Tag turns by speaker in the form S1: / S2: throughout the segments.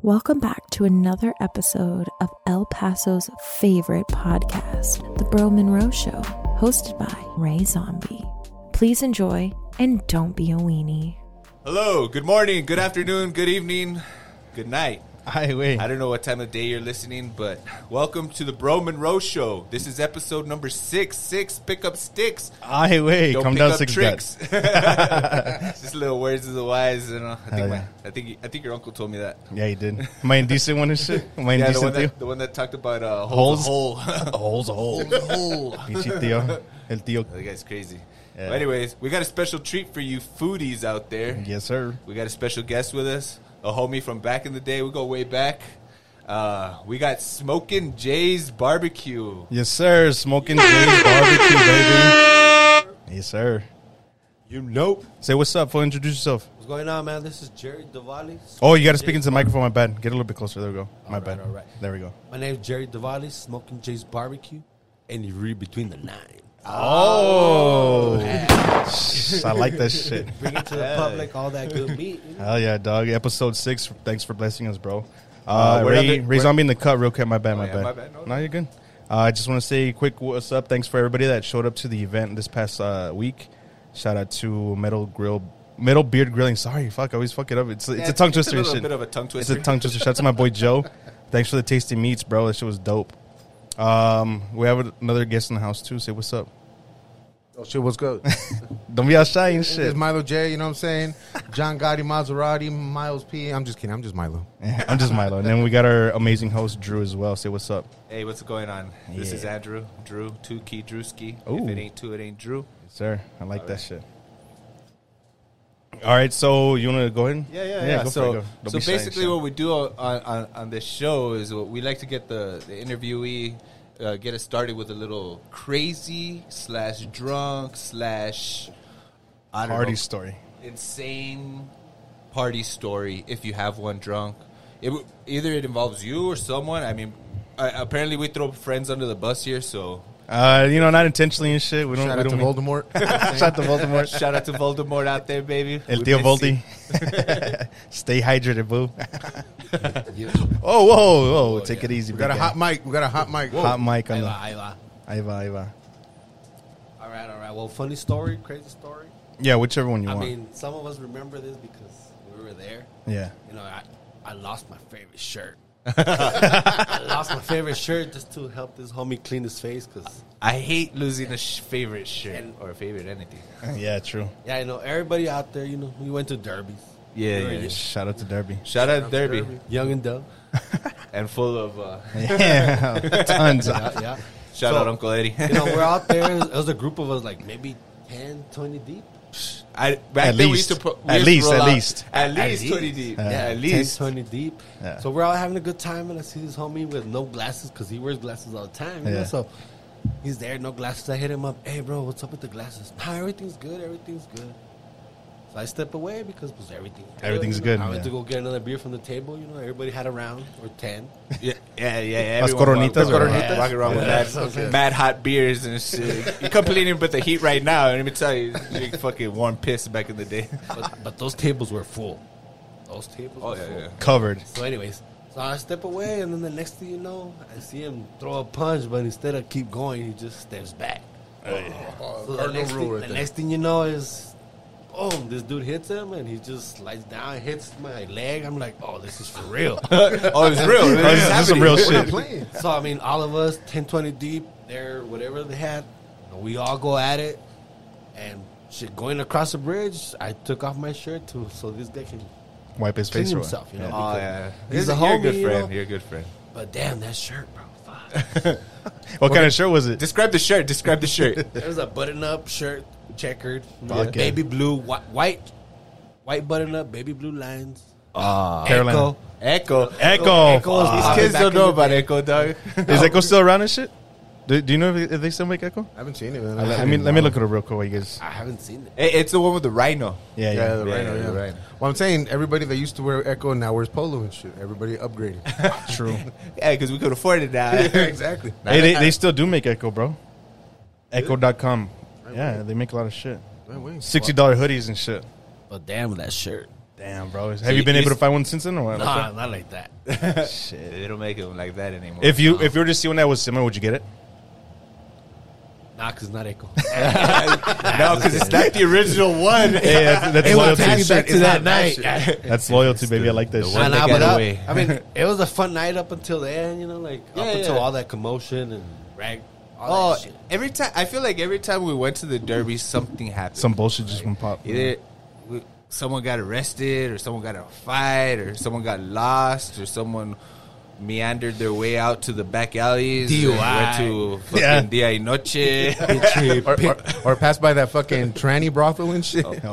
S1: Welcome back to another episode of El Paso's favorite podcast, The Bro Monroe Show, hosted by Ray Zombie. Please enjoy and don't be a weenie.
S2: Hello, good morning, good afternoon, good evening, good night.
S3: I wait.
S2: I don't know what time of day you're listening, but welcome to the Bro Monroe Show. This is episode number six. Six, pick up sticks.
S3: I wait.
S2: Don't
S3: Come
S2: pick
S3: down
S2: up
S3: six
S2: tricks.
S3: guts.
S2: Just little words of the wise. You know, I think
S3: Hell
S2: my,
S3: yeah.
S2: I think I think your uncle told me that.
S3: Yeah, he did. Am I indecent one and shit? Am I
S2: Yeah, the one
S3: indecent,
S2: that, the one that talked about uh,
S3: Holes.
S2: holes. Hole.
S3: tío? Hole's a hole.
S2: hole.
S3: Pinche tío. El tío.
S2: That guy's crazy.
S3: Yeah.
S2: But anyways, we got a special treat for you foodies out there.
S3: Yes, sir.
S2: We got a special guest with us, a homie from back in the day. We go way back. Uh, we got Smoking Jay's Barbecue.
S3: Yes, sir. Smoking Jay's barbecue, baby. Yes, sir.
S2: You know.
S3: Say what's up. Fool, introduce yourself.
S4: What's going on, man? This is Jerry Diwali.
S3: Oh, you got to speak into the microphone. My bad. Get a little bit closer. There we go. My
S4: Alright,
S3: bad.
S4: alright.
S3: There we go.
S4: My name's Jerry Diwali, smoking Jay's barbecue, and you read between the nine.
S3: Oh, Shh, I like that shit.
S4: Bring it to the public, all that good meat. you know?
S3: Hell yeah, dog. Episode six. Thanks for blessing us, bro.
S2: Uh,
S3: Uh,
S2: where are
S3: Ray,
S2: they-
S3: Ray
S2: where-
S3: Zombie in the cut, real quick. My bad, my,
S2: Oh, yeah,
S3: bad.
S2: my bad. No,
S3: No,
S2: no.
S3: you're good. Uh, I just want to say a quick what's up. Thanks for everybody that showed up to the event this past uh, week. Shout out to Metal Grill, Metal Beard Grilling. Sorry, fuck, I always fuck it up. It's, it's a tongue twister.
S2: A
S3: and
S2: little
S3: shit.
S2: bit of a tongue
S3: It's
S2: twister.
S3: a tongue twister. Shout out to my boy Joe. Thanks for the tasty meats, bro. That shit was dope. Um, we have another guest in the house too. Say what's up.
S5: Oh shit, what's good?
S3: Don't be all shy and
S5: Shit. It's
S3: shit.
S5: Milo J, you know what I'm saying? John Gotti, Maserati, Miles P. I'm just kidding, I'm just Milo.
S3: I'm just Milo. And then we got our amazing host Drew as well. Say what's up.
S2: hey, what's going on? This is
S3: Yeah.
S2: Andrew. Drew, two key Drewski. If
S3: Ooh.
S2: it ain't two, it ain't Drew.
S3: Sir, I like that shit. All right, so you want to go ahead? go for it,
S2: So,
S3: go. Don't
S2: so
S3: be shy and
S2: basically,
S3: shit.
S2: what we do on, on, on this show is what we like to get the, the interviewee uh, get us started with a little crazy slash drunk slash I don't
S3: party
S2: know,
S3: story.
S2: insane party story if you have one drunk. It w- either it involves you or someone. I mean, I, apparently we throw friends under the bus here. So
S3: Uh, you know, not intentionally and shit. We don't.
S5: Shout
S3: we
S5: out to
S3: don't
S5: Voldemort.
S3: Shout out to Voldemort.
S2: shout out to Voldemort out there, baby.
S3: El
S2: We
S3: Tio
S2: miss you.
S3: Voldy. Stay hydrated, boo. oh, whoa, whoa, take it easy.
S5: we got a
S3: big
S5: hot
S3: guy.
S5: mic. We got a hot mic.
S3: hot mic on
S4: Ahí
S3: the.
S4: va, ahí va.
S3: Ahí va, ahí va.
S4: All right, all right. Well, funny story, crazy story.
S3: Yeah, whichever one you
S4: I
S3: want.
S4: mean, some of us remember this because we were there.
S3: yeah.
S4: You know, I, I lost my favorite shirt. I lost my favorite shirt just to help this homie clean his face because
S2: I hate losing a sh- favorite shirt
S4: And-
S2: or a favorite anything.
S3: Yeah, true.
S4: Yeah, you know, everybody out there, you know, we went to derbies.
S2: Yeah, yeah. yeah.
S3: Shout out to Derby.
S2: Shout out Derby.
S4: Young and dumb.
S2: and full of uh,
S3: Yeah, tons.
S4: Yeah, yeah.
S2: shout
S4: So-
S2: out Uncle Eddie.
S4: You know, we're out there. It was a group of us, like maybe 10, 20 deep.
S2: I, back
S3: At
S2: then we
S3: least.
S2: used to put, we
S3: At
S2: used to
S3: least,
S2: roll
S3: at
S2: out
S3: least.
S2: at least twenty deep. Yeah, at
S4: 10,
S2: least
S4: 20 deep.
S3: Yeah.
S4: So we're all having a good time, and I see this homie with no glasses because he wears glasses all the time. You
S3: Yeah.
S4: know? So he's there, no glasses. I hit him up. Hey, bro, what's up with the glasses? Nah, everything's good. Everything's good. So I step away because was everything. good,
S3: Everything's
S4: you know?
S3: good,
S4: I went
S3: yeah.
S4: to go get another beer from the table. You know, everybody had a round or 10.
S2: Yeah, yeah, yeah. yeah.
S3: Las
S2: Everyone
S3: coronitas,
S2: walking around-
S3: coronitas.
S2: Walking around with
S4: Yeah.
S2: mad,
S4: Yeah. Okay.
S2: mad hot beers and shit. You're complaining about the heat right now. And let me tell you, you drink fucking warm piss back in the day.
S4: but, but those tables were full. Those tables
S2: Oh,
S4: were
S2: yeah,
S4: full.
S2: yeah.
S3: Covered.
S4: So, anyways, so I step away, and then the next thing you know, I see him throw a punch, but instead of keep going, he just steps back.
S2: Oh,
S4: So the next, thing, the next thing you know is, boom, this dude hits him, and he just slides down, hits my leg. I'm like, oh, this is for real.
S2: Oh, it's real.
S3: Oh, this is some real
S5: We're not
S3: shit.
S5: playing.
S4: so, I mean, all of us, 10, 20 deep, there, whatever they had, we all go at it, and shit, going across the bridge, I took off my shirt, too, so this guy can
S3: Wipe his
S4: clean
S3: face. or what?
S4: himself, you know.
S2: Oh yeah,
S4: He's
S2: You're
S4: a
S2: You're a
S4: homie,
S2: good
S4: you
S2: friend.
S4: know?
S2: You're a good friend.
S4: But damn, that shirt, bro. Fuck.
S3: What kind of shirt was it?
S2: Describe the shirt. Describe the shirt.
S4: It was a button-up shirt, checkered, you know,
S3: Fuck yeah.
S4: baby blue, white, white, white button-up, baby blue lines.
S3: Carolina.
S2: Echo.
S3: Echo.
S4: Echo's
S3: Fuck.
S2: These kids
S4: Back
S2: don't
S4: in
S2: know
S4: the
S2: about
S4: day.
S2: Echo, dog.
S3: Is Echo still around and shit? Do, do you know if, if they still make Echo?
S5: I haven't seen it, man.
S3: Let, let me let me look at it real quick. While you guys,
S4: I haven't seen it.
S2: Hey, it's the one with the rhino.
S3: yeah,
S5: Yeah,
S3: yeah,
S5: the rhino,
S2: yeah,
S5: yeah.
S2: the rhino.
S5: Well, I'm saying everybody that used to wear Echo now wears Polo and shit. Everybody upgraded.
S3: true.
S2: Yeah, because we could afford it now.
S5: exactly.
S3: hey, they, they still do make Echo, bro. Echo.com. Yeah, they make a lot of shit.
S5: Wait, wait.
S3: Sixty dollar hoodies and shit.
S4: But damn, that shirt.
S3: Damn, bro. Have you been able to find one since then or what?
S4: Nah, not like that.
S2: Shit, they don't make them like that anymore.
S3: If you if you were to see one that was similar, would you get it?
S4: Nah, cause not echo.
S2: no, because Oh, it's not the original one.
S3: Yeah, that's, that's
S4: It will
S3: loyalty.
S4: take me back to that night.
S3: That's loyalty, baby. I like that
S2: one
S4: Nah,
S3: shit.
S2: that
S4: nah,
S2: got
S4: but I,
S2: away.
S4: I mean, it was a fun night up until the end. You know, like
S2: Yeah,
S4: up until
S2: yeah.
S4: all that commotion and rag. All
S2: Oh,
S4: that shit.
S2: every time I feel like every time we went to the derby, something happened.
S3: Some bullshit just went pop.
S2: either we, someone got arrested, or someone got in a fight, or someone got lost, or someone meandered their way out to the back alleys. and
S4: DUI.
S2: Went to fucking
S3: Yeah.
S2: Dia y Noche.
S5: or, or, or pass by that fucking tranny brothel and shit. we, we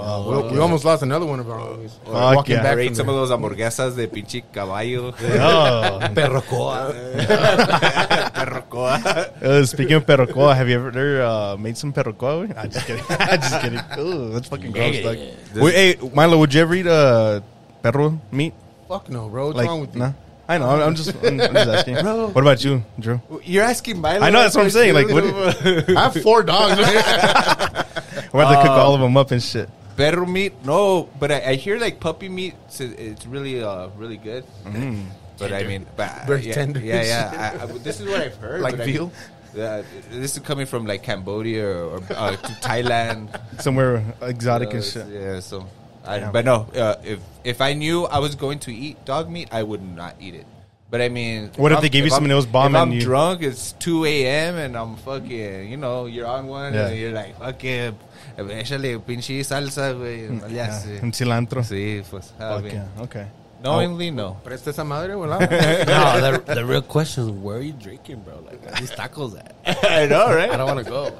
S5: almost lost another one of our homies.
S3: Oh, Fuck
S5: Walking
S3: yeah.
S5: back
S2: Or
S5: from
S2: ate some
S5: there.
S2: of those hamburguesas de pinche caballo.
S3: Oh.
S2: Perrocoa.
S3: Uh, speaking of perrocoa, have you ever uh, made some perrocoa? I'm just kidding. I'm just kidding. Ooh, that's fucking gross. Like, Wait, hey, Milo, would you ever eat uh, perro meat?
S5: Fuck no, bro. What's
S3: like,
S5: wrong with you?
S3: nah. I know. I'm, I'm just. I'm, I'm just asking. What about you, Drew?
S2: You're asking Milo.
S3: I know that's what I'm saying. Like, what,
S5: I have four dogs.
S3: we're gonna cook all of
S2: Um,
S3: them up and shit.
S2: Perro meat? No, but I, I hear like puppy meat. So it's really, uh, really good. But I mean, but uh,
S5: Very
S2: yeah,
S5: tender.
S2: Yeah, yeah. I, I, this is what I've heard.
S5: Like
S2: but I mean,
S5: veal?
S2: uh, this is coming from like Cambodia or, or uh, to Thailand.
S3: Somewhere exotic
S2: Uh,
S3: and shit.
S2: Yeah. So, I,
S3: Damn.
S2: but no. Uh, if if I knew I was going to eat dog meat, I would not eat it. But I mean,
S3: What if
S2: I'm-
S3: they gave you something that was
S2: I'm-
S3: bomb
S2: If
S3: and
S2: I'm
S3: you-
S2: drunk, it's two a.m. and I'm fucking, you know, you're on one
S3: Yeah.
S2: and you're like, fucking, échale pinche salsa, güey.
S3: Mm, Yeah,
S2: Yeah.
S3: and cilantro.
S2: Sí, pues, ah,
S3: Fuck
S2: bien.
S3: yeah. Oh. Okay.
S2: Knowingly, no.
S5: Presta esa madre, wala.
S4: no, the, the real question is, where are you drinking, bro? Like, where are these tacos at?
S2: I know, right?
S4: I don't want to go.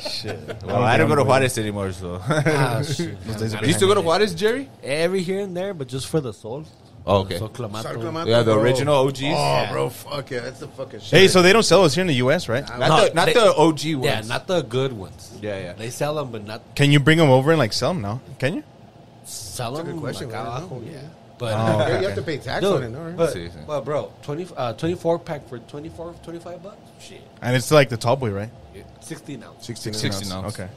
S3: Shit.
S2: well, I don't go to Juarez anymore, so.
S4: Ah, shit.
S3: days are
S2: you used to go to Juarez, Jerry?
S4: Every here and there, but just for the soul.
S2: Oh, okay.
S4: Sol Clamato.
S2: Yeah, the original OGs.
S5: Oh, bro, fuck yeah, that's the fucking shit.
S3: Hey, so they don't sell us here in the U.S., right?
S2: Not,
S4: No,
S2: the, not
S4: they-
S2: the OG ones.
S4: Yeah, not the good ones.
S2: Yeah, yeah.
S4: They sell them, but not
S3: Can you bring them over and like sell them now? Can you?
S4: sell them.
S5: a good question.
S4: Like,
S5: I
S4: I
S5: don't know.
S4: yeah. But
S3: Oh,
S5: you have to pay tax on it,
S4: Dude,
S5: no? right?
S4: but,
S2: See, see.
S4: but bro, 20, uh, 24 pack for 24, 25 bucks? Shit.
S3: And it's like the tall boy, right?
S4: 16 ounce.
S5: 16 and
S2: 16 ounce.
S3: Okay.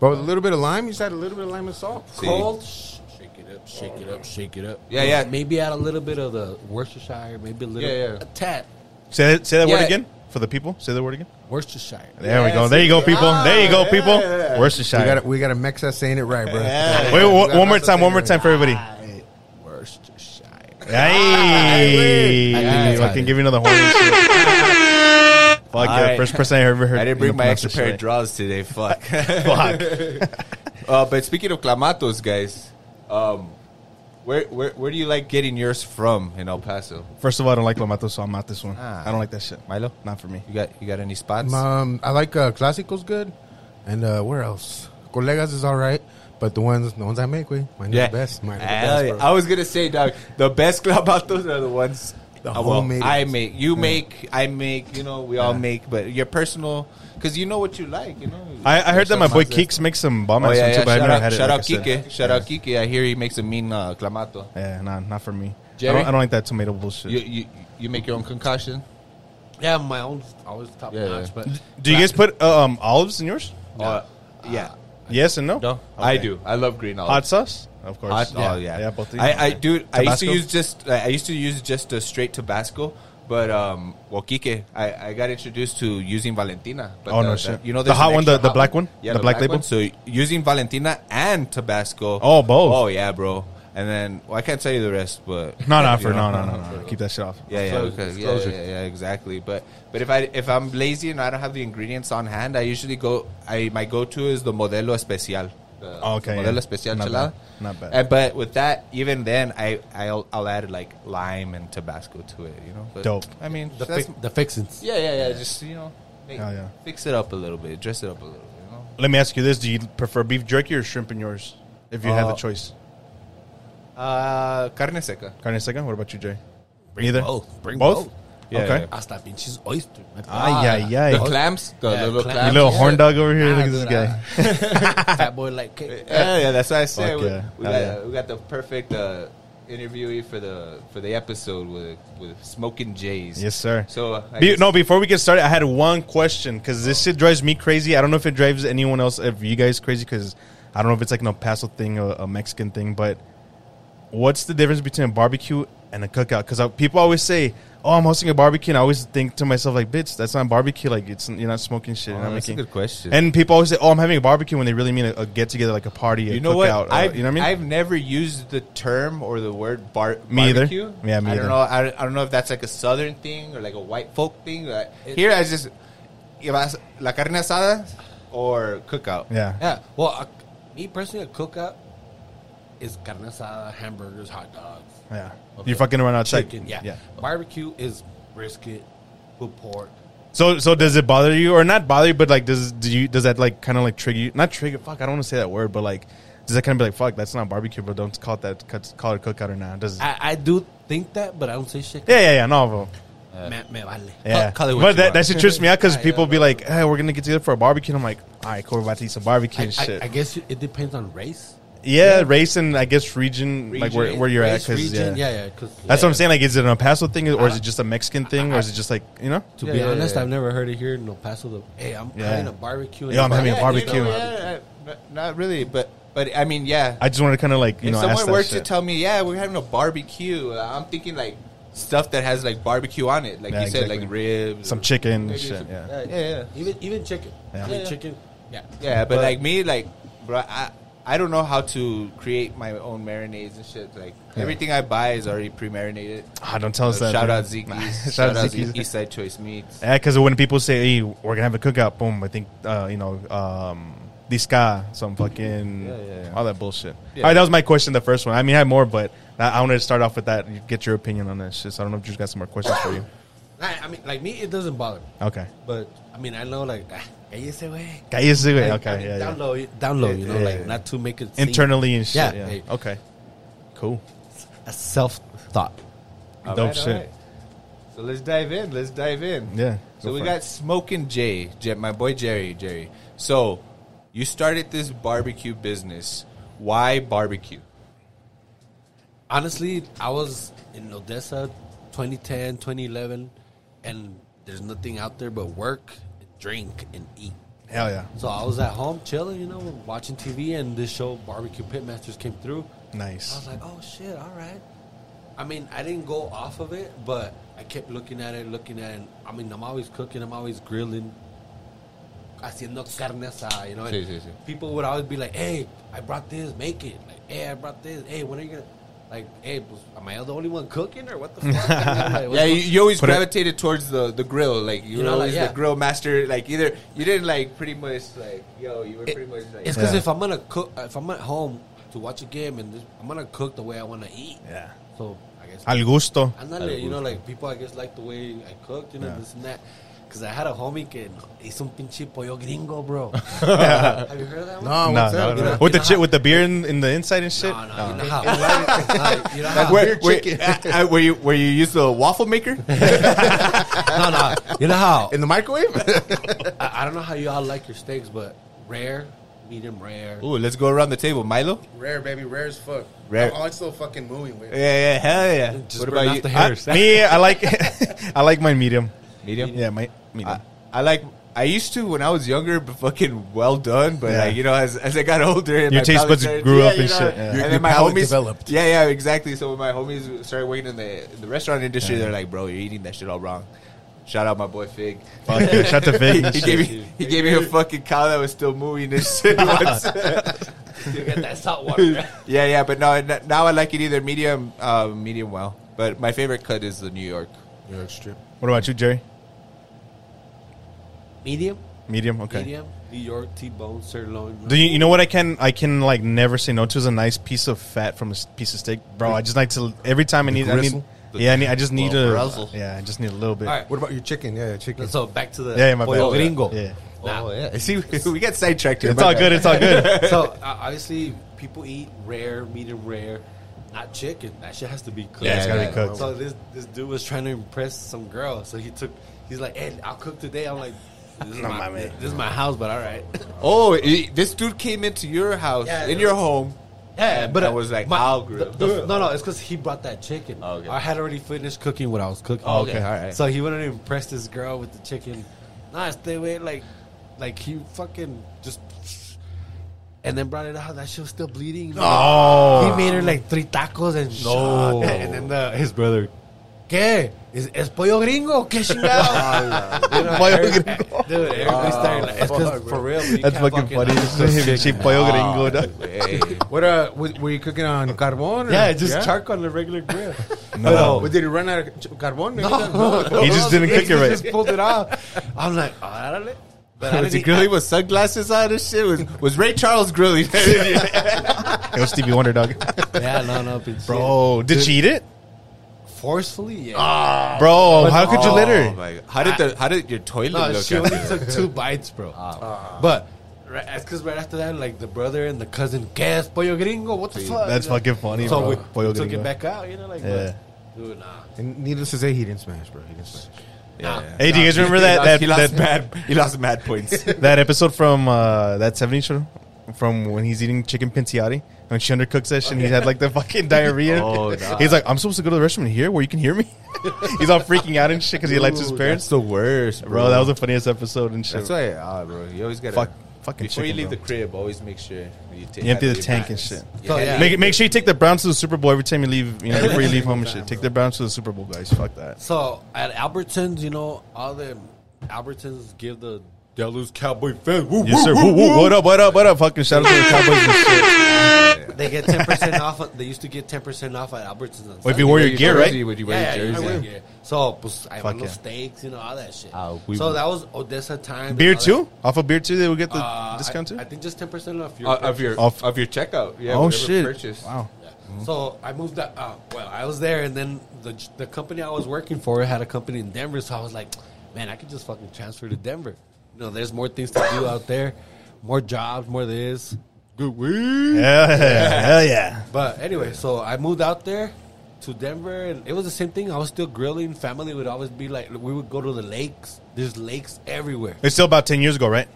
S5: But with a little bit of lime, you just add a little bit of lime and salt.
S2: See.
S4: Cold. sh- Shake it up, shake it up, shake it up.
S2: Yeah, yeah.
S4: Maybe add a little bit of the Worcestershire, maybe a little
S2: Yeah, yeah.
S4: a tad
S3: Say that, say that word
S2: Yeah.
S3: again for the people. Say that word again.
S4: Worcestershire.
S3: There we
S2: Yes,
S3: go. There you go, people. there you go, people.
S5: We
S3: Worcestershire.
S5: got we got to mix us saying it right, bro.
S3: Wait,
S5: We
S3: one,
S5: gotta
S3: one more
S5: mix us
S3: time.
S5: saying
S3: One
S5: it
S3: more
S5: right.
S3: time for everybody.
S4: Aye,
S2: Ah,
S4: Worcestershire.
S3: Hey,
S4: I
S3: I,
S4: did.
S3: can give you another horn. and shit. Fuck yeah,
S2: right.
S3: first person I ever heard.
S2: I didn't
S3: you know,
S2: bring my
S3: pronounce
S2: extra
S3: this
S2: pair
S3: right.
S2: of drawers today. Fuck.
S3: Fuck.
S2: uh, but speaking of clamatos, guys, um, where, where where do you like getting yours from in El Paso?
S3: First of all, I don't like Lomato, so I'm out this one.
S2: Ah.
S3: I don't like that shit.
S2: Milo?
S3: Not for me.
S2: You got you got any spots?
S5: Um, I like uh, Clásicos good, and uh, where else? Colegas is all right, but the ones the ones I make, we mine are the best. Mine are the
S2: Hell
S5: best,
S2: yeah.
S5: bro.
S2: I was gonna say, dog, the best clamatos are the ones.
S5: The
S2: uh, well,
S5: homemade
S2: I
S5: ones.
S2: make, you make, I make. You know, we all make, but your personal, because you know what you like. You know,
S3: I, I heard that my boy
S2: Sometimes
S3: Keeks makes some bomb
S2: Oh
S3: ass
S2: yeah,
S3: one,
S2: yeah.
S3: too, but I've
S2: Shout
S3: never
S2: out,
S3: had it.
S2: shout out
S3: like I said.
S2: Kike. Shout out Kike. I hear he makes a mean uh, clamato.
S3: Yeah, nah, not for me. I
S2: Jerry?
S3: don't, I don't like that tomato bullshit.
S2: You, you you make your own concoction.
S4: Yeah, my own always top
S2: Yeah,
S4: notch,
S2: yeah.
S4: but
S3: Do you guys put uh, um, olives in yours?
S2: Uh, yeah.
S3: Yes and no?
S2: No, I
S3: Okay.
S2: do. I love green
S3: Hot
S2: olives.
S3: sauce? Oh. Of course.
S2: Oh yeah,
S3: Yeah, both of you.
S2: I, I do. I used to
S3: Tabasco?
S2: use just. I I used to use just a straight Tabasco, but um, well, Kike, I, I got introduced to using Valentina. But
S3: Oh, no
S2: the-
S3: shit.
S2: the- You know
S3: The
S2: there's
S3: hot
S2: an
S3: one, the-
S2: extra
S3: the
S2: hot
S3: black one?
S2: Yeah,
S3: The black label?
S2: So using Valentina and Tabasco.
S3: Oh, both.
S2: Oh yeah, bro. And then well, I can't tell you the rest, but
S3: No, no,
S2: you
S3: for no,
S2: know.
S3: no, no, no. Keep that shit off.
S2: Yeah, yeah,
S4: Disclosure,
S2: because- yeah,
S4: disclosure.
S2: yeah, yeah, exactly. But but if I if I'm lazy and I don't have the ingredients on hand, I usually go. I my go to is the modelo especial. The,
S3: Oh, okay,
S2: the
S3: yeah.
S2: modelo especial
S3: Not
S2: chelada.
S3: bad, not bad.
S2: Uh, but with that, even then, I I'll, I'll add like lime and Tabasco to it. You know, but,
S3: Dope.
S2: I mean,
S4: the,
S2: that's-
S4: fi- the fixins.
S2: yeah, yeah, yeah. Just you know, make,
S3: Oh, yeah.
S2: fix it up a little bit, dress it up a little. You know,
S3: Let me ask you this: Do you prefer beef jerky or shrimp in yours? If you had the
S2: Uh,
S3: choice,
S2: uh, carne seca.
S3: carne seca. What about you, Jay?
S4: Bring
S3: Neither.
S4: both. Bring both.
S2: Yeah,
S3: okay.
S2: yeah.
S4: Hasta pinches oyster. my
S3: Ah, yeah, yeah.
S2: The clams, the
S4: Yeah,
S2: little
S4: clams.
S2: clams.
S3: You little
S4: yeah.
S3: horn dog over here.
S4: Ah,
S3: Look at this
S4: dude,
S3: guy.
S4: Fat boy like
S3: Eh,
S4: cake.
S2: Yeah, yeah, that's what I said.
S3: Fuck
S2: we,
S3: yeah.
S2: we
S3: Hell
S2: got,
S3: Oh, yeah.
S2: we got the perfect uh, interviewee for the for the episode with with smoking Jays.
S3: Yes, sir.
S2: So uh, I
S3: Be-
S2: guess-
S3: no, before we get started, I had one question because this shit drives me crazy. I don't know if it drives anyone else, if you guys crazy, because I don't know if it's like an El Paso thing, or a Mexican thing, but what's the difference between a barbecue and a cookout? Because people always say, "Oh, I'm hosting a barbecue," and I always think to myself, "Like, bitch, that's not barbecue. Like, it's you're not smoking shit. you're
S2: Oh,
S3: not
S2: that's a
S3: making."
S2: good question.
S3: And people always say, "Oh, I'm having a barbecue," when they really mean a, a get together, like a party, a
S2: you know what?
S3: cookout. uh,
S2: I've,
S3: you know what I mean?
S2: have never used the term or the word bar-
S3: Me either.
S2: barbecue.
S3: Yeah, me
S2: I don't
S3: either.
S2: know. I, I don't know if that's like a southern thing or like a white folk thing. Like, Here, I just you know, la carne asada or cookout.
S3: yeah.
S4: Yeah. Well, uh, me personally, a cookout is carne asada, hamburgers, hot dogs,
S3: Yeah.
S4: Okay.
S3: You're fucking around outside.
S4: chicken. Yeah. Barbecue is brisket, good pork.
S3: So so does it bother you or not bother you, but like does do you does that like kind of like trigger you? Not trigger. Fuck, I don't want to say that word, but like does that kind of be like fuck? That's not barbecue, but don't call it that. cut- Call it cookout or not? Does yeah
S4: I, I do think that, but I don't say shit.
S3: yeah yeah no. Bro.
S4: Me, me vale.
S3: Eh. Yeah,
S2: call it what you
S3: but that,
S2: want.
S3: that shit trips me out because people be like, hey, "We're gonna get together for a barbecue." And I'm like, "All right, cool, we're about to eat some barbecue
S4: I,
S3: and
S4: I,
S3: shit."
S4: I guess you, it depends on race.
S3: yeah, race and I guess region, like where,
S4: Race-
S3: where you're at,
S4: race,
S3: 'cause,
S4: region,
S3: yeah.
S4: yeah, yeah. 'cause-
S3: That's
S4: yeah.
S3: what I'm saying. Like, is it an El Paso thing, or is it just a Mexican thing, or is it just like you know?
S4: To
S2: Yeah,
S4: be
S2: yeah,
S4: honest,
S2: yeah.
S4: I've never heard it here in El Paso. The, hey, I'm
S3: Yeah.
S4: having a barbecue. in
S3: Yeah, I'm
S4: the
S3: having a
S4: bar-
S3: barbecue.
S2: you know, yeah, uh, n- not really, but but I mean, yeah.
S3: I just want to kind of like you
S2: if
S3: know. ask
S2: someone
S3: that
S2: were to
S3: shit.
S2: tell me, yeah, we're having a barbecue, uh, I'm thinking like stuff that has like barbecue on it, like
S3: Yeah,
S2: you said,
S3: exactly.
S2: like ribs,
S3: some
S2: or-
S3: chicken and
S2: maybe
S3: shit.
S2: some- uh,
S3: Yeah.
S2: yeah, yeah.
S4: Even even chicken.
S3: Yeah.
S4: I mean,
S2: Yeah.
S4: chicken. Yeah.
S2: Yeah, but, like me, like bro, I I don't know how to create my own marinades and shit. Like everything I buy is already pre-marinated.
S3: Ah, don't tell us that.
S2: Uh, shout
S3: dude.
S2: out Zeke, East,
S3: shout
S2: shout
S3: out
S2: out
S3: Zeke.
S2: Zeke East Side Choice Meats.
S3: Yeah, because when people say, hey, we're going to have a cookout, boom, I think, uh, you know, um, Disca, some fucking,
S2: Yeah, yeah, yeah.
S3: all that bullshit.
S2: Yeah.
S3: All right, that was my question, the first one. I mean, I had more, but I, I wanted to start off with that and get your opinion on that shit. So I don't know if Drew's got some more questions for you.
S4: I, I mean, like me, it doesn't bother me.
S3: Okay.
S4: But I mean, I know like ah, ese way.
S3: Guys, okay,
S4: I mean,
S3: yeah, yeah.
S4: down low, down low, you know,
S3: Yeah,
S4: like
S3: yeah.
S4: not to make it seem-
S3: Internally and shit. Yeah.
S4: Yeah, hey.
S3: Okay. Cool.
S4: a self thought.
S2: All
S3: Dope
S2: right, all
S3: shit.
S2: right. So let's dive in. Let's dive in.
S3: Yeah,
S2: So
S3: go
S2: we
S3: for
S2: got Smoking Jay, Jay, my boy Jerry. Jerry. So you started this barbecue business. Why barbecue?
S4: Honestly, I was in Odessa 2010, 2011, and there's nothing out there but work, drink, and eat.
S3: Hell yeah.
S4: So I was at home chilling, you know, watching TV, and this show, Barbecue Pitmasters, came through. I
S3: Nice.
S4: was like, oh shit, all right. I mean, I didn't go off of it, but I kept looking at it, looking at it. I mean, I'm always cooking, I'm always grilling, haciendo carne asada, you know. and
S2: Sí, sí, sí.
S4: People would always be like, hey, I brought this, make it. Like, hey, I brought this. Hey, when are you going to. Like, hey, was, am I the only one cooking or what the fuck? Like, what's
S2: Yeah, you,
S4: going-
S2: you always
S3: Put it-
S2: gravitated towards the, the grill. Like you,
S4: You
S2: were
S4: know, like,
S2: always
S4: yeah.
S2: the grill master. Like either you didn't like pretty much like yo, you were
S4: It-
S2: pretty much like
S4: it's because
S3: Yeah.
S4: if I'm going to cook, if I'm at home to watch a game and this, I'm going to cook the way I want to eat.
S3: Yeah.
S4: So, I guess.
S3: Al gusto.
S4: Andale, you know, like people I guess like the way I cooked, you know,
S3: Yeah.
S4: this and that. Because I had a homie que hizo un pinche pollo gringo, bro. Have you heard of that one?
S5: No,
S3: No,
S5: what's
S3: no,
S5: up?
S3: no, no.
S4: You know-
S3: With
S4: you
S3: the
S4: know
S3: shit,
S4: how-
S3: with the beer in, in the inside and shit.
S4: No, no, you know how. No, you know how.
S2: where, where, uh, were you were you used to a waffle maker?
S4: no, no, you know how.
S5: In the microwave?
S4: I, I don't know how you all like your steaks, but rare, medium rare.
S2: Ooh, let's go around the table. Milo.
S5: Rare, baby. Rare as fuck.
S2: Rare.
S5: I'm always still fucking moving with
S2: Yeah, yeah, hell yeah.
S4: Just
S2: what
S4: burn
S2: about
S4: off
S2: you?
S4: the
S3: I,
S4: hairs.
S3: me, I like, I like my medium.
S2: Medium.
S3: Yeah, my medium.
S4: Ah.
S2: I, I like. I used to when I was younger, but fucking well done. But
S3: Yeah.
S2: like you know, as, as I got older, and
S3: Your
S2: my
S3: taste
S2: palate
S3: buds
S2: started-
S3: grew up
S2: you
S3: and
S2: know,
S3: shit, yeah.
S2: And
S5: Your-
S2: then
S5: your
S2: my
S5: palate
S2: homies
S5: developed.
S2: Yeah, yeah, exactly. So when my homies started working in the in the restaurant industry, they're like, "Bro, you're eating that shit all wrong." Shout out my boy Fig.
S3: Fuck you. Shut the fig.
S2: he gave me he gave me a fucking cow that was still moving and shit once.
S4: You get that salt water.
S2: yeah, yeah, but no, n- now I like it either medium, uh, medium well. But my favorite cut is the New York.
S5: New York Strip.
S3: What about you, Jerry?
S4: medium,
S3: Medium. Okay.
S4: medium, New York T-bone sirloin.
S3: Do you, you know what I can I can like never say no to is a nice piece of fat from a s- piece of steak, bro. I just like to every time I need I need
S5: gristle?
S3: yeah I, need, I just need
S2: Little
S3: a
S2: grizzle.
S3: yeah I just need a little bit.
S4: All right.
S5: What about your chicken? Yeah, chicken.
S4: So back to the
S3: Yeah, my
S4: pollo
S3: bad. Oh,
S4: gringo.
S3: Yeah.
S4: Now,
S2: yeah. See, we got sidetracked here.
S3: It's
S2: my
S3: all
S2: bad.
S3: good. It's all good.
S4: so uh, obviously, people eat rare, medium rare, not chicken. That shit has to be cooked.
S3: Yeah, it's gotta
S2: yeah.
S3: be cooked.
S4: So this this dude was trying to impress some girl, so he took. He's like, "Hey, I'll cook today." I'm like, "This is,
S3: No,
S4: my,
S3: my man.
S4: this is my house, but all right."
S2: Oh, i- this dude came into your house
S4: Yeah,
S2: in
S4: yeah.
S2: your home.
S4: Yeah, uh,
S2: but I was like, I'll grill.
S4: the- the- no, no, it's because he brought that chicken.
S2: Oh, okay.
S4: I had already finished cooking what I was cooking.
S2: Oh, okay, Okay. alright.
S4: So he wanted to impress this girl with the chicken. Nah, stay away. Like, like he fucking just. and then brought it out. That shit was still bleeding.
S3: Oh.
S4: He made her like three tacos and
S3: No.
S4: no. And then the, his brother, ¿Qué? ¿Es, es pollo gringo? ¿Qué chingado? You know,
S3: Pollo
S4: every-
S3: gringo.
S4: Dude, everybody started like, it's 'cause for real. you
S3: That's
S4: can't
S3: fucking funny. Just him, pollo
S4: Ah.
S3: gringo. dog.
S5: What uh, w- were you cooking on carbon? or-
S4: Yeah, just charcoal on the regular grill.
S3: No.
S5: Well, did it run out of ch- carbon?
S3: He just didn't cook it
S4: He
S3: right.
S4: just pulled it off. I'm like, árale. But I
S2: Was he
S4: didn't eat-
S2: grilling with sunglasses on and shit? Was, was Ray Charles grilling?
S3: It was Stevie Wonder, dog.
S4: Yeah, no, no, but
S3: Bro, did she eat it?
S4: shit. forcefully, yeah.
S2: Ah,
S3: Bro, how could you let
S2: Oh
S3: her?
S2: my God. How did the how did your toilet
S4: No,
S2: look?
S4: she
S2: after
S4: only
S2: that?
S4: took two bites, bro.
S2: Ah.
S4: But right, that's because right after that, like the brother and the cousin, ¿Qué es pollo gringo? What the fuck?
S3: That's
S4: You know?
S3: fucking funny,
S4: So
S3: bro.
S4: we
S3: Pollo
S4: took
S3: gringo.
S4: it back out, you know, like,
S3: Yeah.
S4: but, dude, nah.
S5: And needless to say, he didn't smash, bro. He didn't smash.
S2: Yeah.
S3: Hey, do you guys remember
S2: He
S3: that-
S2: lost-
S3: that-
S2: he lost
S3: that-
S2: mad he lost mad points?
S3: That episode from uh, that 70s show, from when he's eating chicken pinciotti, when she undercooks that shit, and he had like the fucking diarrhea.
S2: Oh, nah.
S3: He's like, I'm supposed to go to the restroom in here where you can hear me. he's all freaking out and shit because he likes his
S2: That's
S3: parents.
S2: the worst, bro.
S3: Bro, that was the funniest episode and shit.
S2: That's why, ah, bro. You always gotta
S3: Fuck- fucking
S2: before you leave
S3: chicken, bro.
S2: the crib. Always make sure you, take,
S3: You empty
S2: have
S3: the
S2: your
S3: tank and
S2: bags.
S3: shit.
S2: Yeah,
S4: Oh,
S2: yeah.
S4: yeah.
S3: Make, make sure you take the Browns to the Super Bowl every time you leave, you know, before you leave home and shit. Take the Browns to the Super Bowl, guys. Fuck that.
S4: So at Albertsons, you know, all the Albertsons give the Dallas Cowboy fans. Woo,
S3: Yes, sir. Woo, woo. What up, what up, what up? Fucking shout out to the Cowboys and shit.
S4: woo. They get ten percent off. They used to get ten percent off at Albertsons.
S3: Well,
S4: On
S3: if you
S4: Sunday.
S3: wore your
S2: Your
S3: gear,
S2: jersey,
S3: right?
S2: Would you wear
S4: yeah,
S2: your
S4: yeah, I wear
S2: jersey?
S4: gear. So pues, I
S3: Fuck
S4: want no
S3: yeah.
S4: steaks, you know, all that shit.
S2: Ah, we
S4: so
S2: would.
S4: that was Odessa time.
S3: Beer
S4: and all
S3: too? Off of beer too, they will get the
S4: that. Uh,
S3: discount
S4: I,
S3: too?
S4: I think just ten percent off your
S2: Uh, of your
S3: Off-
S2: of your checkout. Yeah,
S3: oh,
S2: whatever
S3: shit.
S2: Purchase.
S3: Wow.
S4: Yeah. So I moved out. Uh, well, I was there, and then the the company I was working for had a company in Denver. So I was like, man, I could just fucking transfer to Denver. You know, there's more things to do out there, more jobs, more this, good weed.
S3: Yeah, hell yeah.
S4: But anyway, so I moved out there to Denver, and it was the same thing. I was still grilling. Family would always be like, we would go to the lakes. There's lakes everywhere.
S3: It's still about 10 years ago, right?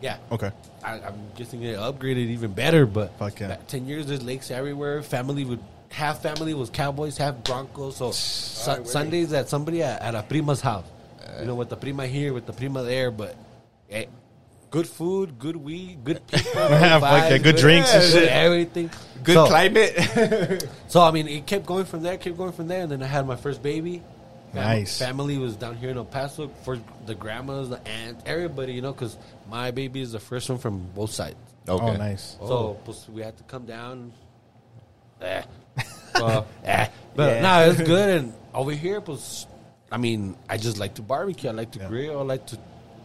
S4: Yeah.
S3: Okay.
S4: I, I'm guessing it upgraded even better, but
S3: Fuck yeah.
S4: back ten years there's lakes everywhere. Family would half family was Cowboys, half Broncos. So su- Sundays at somebody at, at a prima's house, you know, with the prima here, with the prima there, but eh, good food, good weed, good people, good,
S3: Fuck yeah, good drinks and
S4: good
S3: shit.
S4: everything,
S2: Good
S4: so,
S2: climate.
S4: So I mean, it kept going from there, kept going from there, and then I had my first baby. Fam-
S3: Nice.
S4: Family was down here in El Paso for the grandmas, the aunts, everybody, you know, because my baby is the first one from both sides.
S3: Oh, nice.
S4: So pues, we had to come down. Eh. Well, eh. But no, it's good. And over here, pues, I mean, I just like to barbecue. I like to grill. I like to,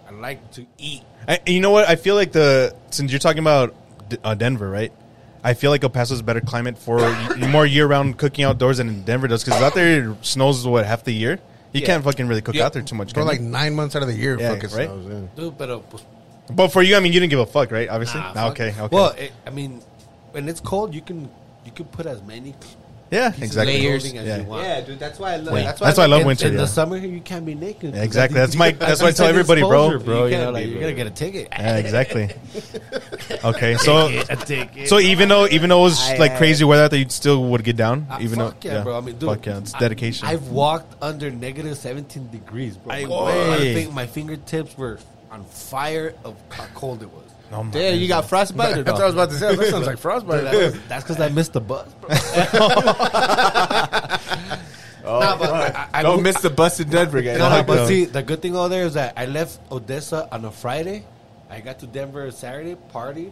S4: I like to eat.
S3: I, you know what? I feel like the since you're talking about D- uh, Denver, right? I feel like El Paso's a better climate for y- more year-round cooking outdoors than Denver does because out there it snows what half the year. You can't fucking really cook
S2: Yeah.
S3: out there too much.
S5: Bro,
S3: can
S5: like
S3: you?
S5: nine months out of the year,
S3: Yeah,
S5: fucking
S3: right?
S5: snows, yeah.
S4: Dude, pero pues,
S3: but for you, I mean, you didn't give a fuck, right? Obviously.
S4: nah,
S3: Ah,
S4: fuck.
S3: okay. Okay.
S4: Well, it, I mean, when it's cold, you can you can put as many
S3: yeah.
S4: pieces
S3: Exactly.
S4: of clothing as
S3: yeah.
S4: you want.
S2: dude. That's why I love.
S3: Wait, that's why I love
S4: in,
S3: winter.
S4: In
S3: yeah.
S4: the summer here, you can't be naked.
S3: Yeah, exactly. That's my- that's what I tell everybody, bro.
S4: bro. You
S2: You
S4: know,
S2: can't
S4: like,
S2: be,
S4: you're gonna get a ticket.
S3: Yeah, exactly. okay, so
S4: A ticket.
S3: so even though even though it was
S2: I-
S3: like
S2: I-
S3: crazy weather, that you still would get down.
S4: Ah,
S3: even
S4: fuck
S3: though,
S4: yeah, bro. I mean, dude,
S3: fuck yeah, it's
S4: I-
S3: dedication.
S4: I've walked under negative 17 degrees, bro.
S3: I
S4: My- my,
S3: way.
S4: fin- my fingertips were on fire of how cold it was.
S3: oh my
S2: Damn, you got frostbite. or
S5: That's what I
S2: no?
S5: was about to say. That sounds like
S4: But
S5: frostbite.
S4: that- that's because I missed the bus, bro.
S3: Oh,
S4: Nah, but I- I- I
S2: Don't
S4: moved-
S2: miss the bus in Denver, guys.
S4: No, no,
S3: Fuck
S4: but
S3: no.
S4: see, the good thing over there is that I left Odessa on a Friday. I got to Denver Saturday, partied.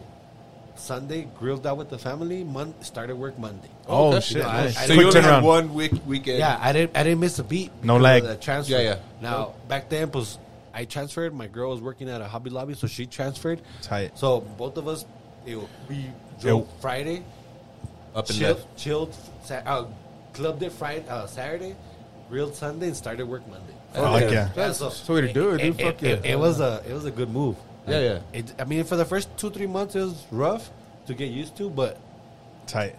S4: Sunday, grilled out with the family. Mon- started work Monday.
S3: Oh,
S2: Okay.
S3: shit,
S2: No, I-
S3: nice.
S2: I- So
S3: Quick
S2: you only had
S3: turnaround.
S2: one week weekend.
S4: Yeah, I didn't. I didn't miss a beat.
S3: No
S4: because
S3: lag.
S4: of the transfer.
S2: Yeah, yeah.
S4: Now back then, was I transferred. My girl was working at a Hobby Lobby, so she transferred.
S3: Tight.
S4: So both of us, ew, we drove Friday,
S2: up and
S4: chilled,
S2: left.
S4: chilled, sa- uh, clubbed it Friday, uh, Saturday, grilled Sunday, and started work Monday.
S3: Fuck
S2: Okay.
S3: yeah.
S4: That's the
S5: way to do it, dude.
S4: It,
S5: Fuck
S4: it,
S5: yeah.
S4: it- it was a it was a good move.
S2: Yeah, yeah.
S4: It, I mean, for the first two three months, it was rough to get used to, but
S3: tight.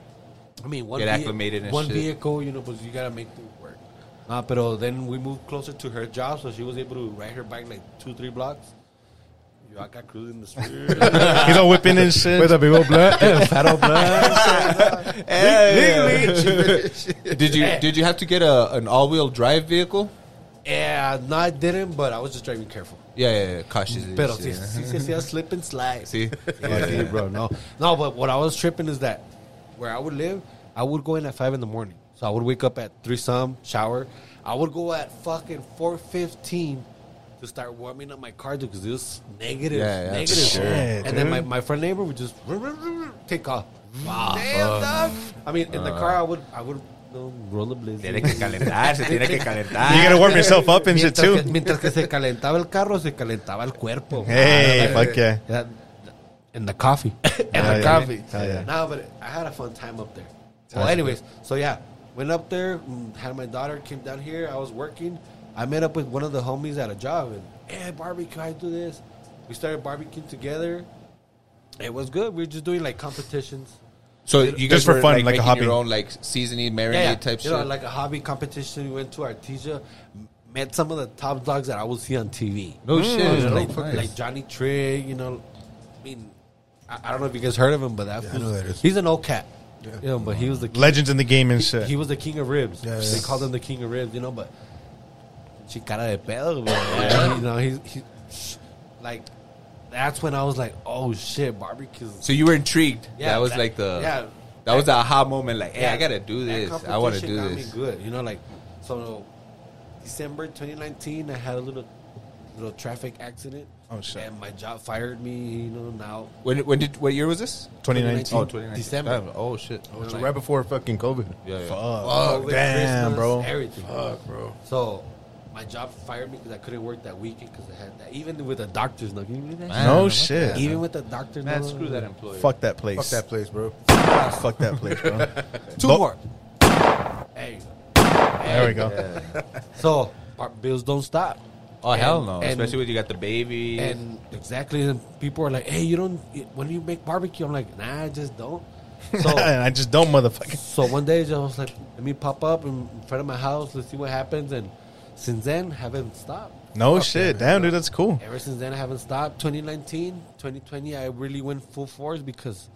S4: I mean, one
S2: Get
S4: vehi-
S2: acclimated and
S4: one
S2: shit.
S4: vehicle, you know, but you gotta make it work. Uh, but then we moved closer to her job, so she was able to ride her bike like two, three blocks. Yo, I got cruising the street.
S3: He's all whipping and shit.
S5: a big old blood.
S2: did you did you have to get a an all wheel drive vehicle?
S4: yeah, no, I didn't, but I was just driving careful.
S2: Yeah, yeah, yeah. Cautious. and
S4: Pero sí,
S2: shit,
S4: sí,
S2: yeah.
S4: sí, sí, slip and slide.
S2: See?
S4: Yeah, see, bro. No, no. But what I was tripping is that where I would live, I would go in at five in the morning. So I would wake up at three some, shower. I would go at fucking four fifteen to start warming up my car because it was negative,
S2: Yeah, yeah,
S4: negative.
S2: for sure.
S4: and then
S3: dude.
S4: my, my friend neighbor would just take off. Wow. Damn, dog. I mean, in the car, I would I would you know, roll the
S2: Tiene que
S4: blizzard.
S2: calentarse, tiene que calentar.
S3: You gotta warm yourself up and shit
S4: Mientras que,
S3: too.
S4: mientras que se calentaba el carro, se calentaba el cuerpo.
S3: Hey, fuck yeah.
S4: That, in the coffee. in
S3: Hell
S4: the
S3: yeah.
S4: coffee.
S3: Hell yeah.
S4: No, but I had a fun time up there. Well, anyways, so yeah, went up there, mm, had my daughter, came down here. I was working. I met up with one of the homies at a job, and hey, barbecue, I do this. We started barbecuing together. It was good. We were just doing like competitions.
S2: So you guys
S3: Just for
S2: were,
S3: fun,
S2: like,
S3: like a
S2: making
S3: hobby.
S2: your own like seasoning, marinade
S4: Yeah, yeah.
S2: type
S4: you
S2: shit.
S4: know, like a hobby competition. We went to Artesia, m- met some of the top dogs that I would see on TV.
S2: no shit,
S4: You know,
S2: like,
S4: like,
S2: nice.
S4: like Johnny Trigg, you know. I mean, I, I don't know if you guys heard of him, but that
S5: I know
S4: fool-
S5: that is.
S4: he's an old cat. You know, but he was the king,
S3: Legends in the game and
S4: he
S3: shit.
S4: was the king of ribs.
S5: Yeah,
S4: they
S5: yeah.
S4: called him the king of ribs, you know. But she cara de pedo, bro. Yeah, you know, he's he, like that's when I was like, oh shit, barbecues.
S2: so you were intrigued.
S4: Yeah,
S2: that was
S4: that-
S2: like the
S4: yeah.
S2: That was the aha moment. Like, hey,
S4: Yeah.
S2: I gotta do
S4: That
S2: this. I want to
S4: competition
S2: do
S4: got me
S2: this.
S4: Good, you know, like so. December 2019, I had a little little traffic accident.
S3: Oh, shit.
S4: And my job fired me. You know now.
S2: When when did what year was this?
S3: 2019.
S2: Oh, 2019.
S4: December.
S2: Damn, Oh shit.
S4: you know,
S5: So
S4: like,
S5: right before fucking COVID.
S2: Yeah, Oh, yeah.
S3: Fuck,
S4: COVID,
S3: damn,
S4: Oh, Christmas,
S3: bro.
S4: Everything.
S5: Fuck, bro.
S4: So my job fired me because I couldn't work that weekend because I had that. Even with the doctors, no, can you believe that?
S2: Man,
S3: No
S2: what
S3: shit.
S4: Even with the doctors,
S2: Man,
S4: no,
S2: screw that employee.
S3: Fuck that place.
S5: Fuck that place, bro.
S3: Fuck that place, bro.
S4: Two
S3: Bo-
S4: more. Hey,
S3: There we go.
S4: so our bills don't stop.
S2: Oh
S4: And-
S2: hell no!
S4: and-
S2: Especially when you got the baby.
S4: And exactly, and people are like, "Hey, you don't. When do you make barbecue?" I'm like, "Nah, I just don't." So,
S3: and I just don't motherfucking.
S4: so one day I was like, "Let me pop up in front of my house. Let's see what happens." And since then, haven't stopped.
S3: No shit. Damn, dude, that's cool.
S4: Ever since then, I haven't stopped. 2019, 2020, I really went full force because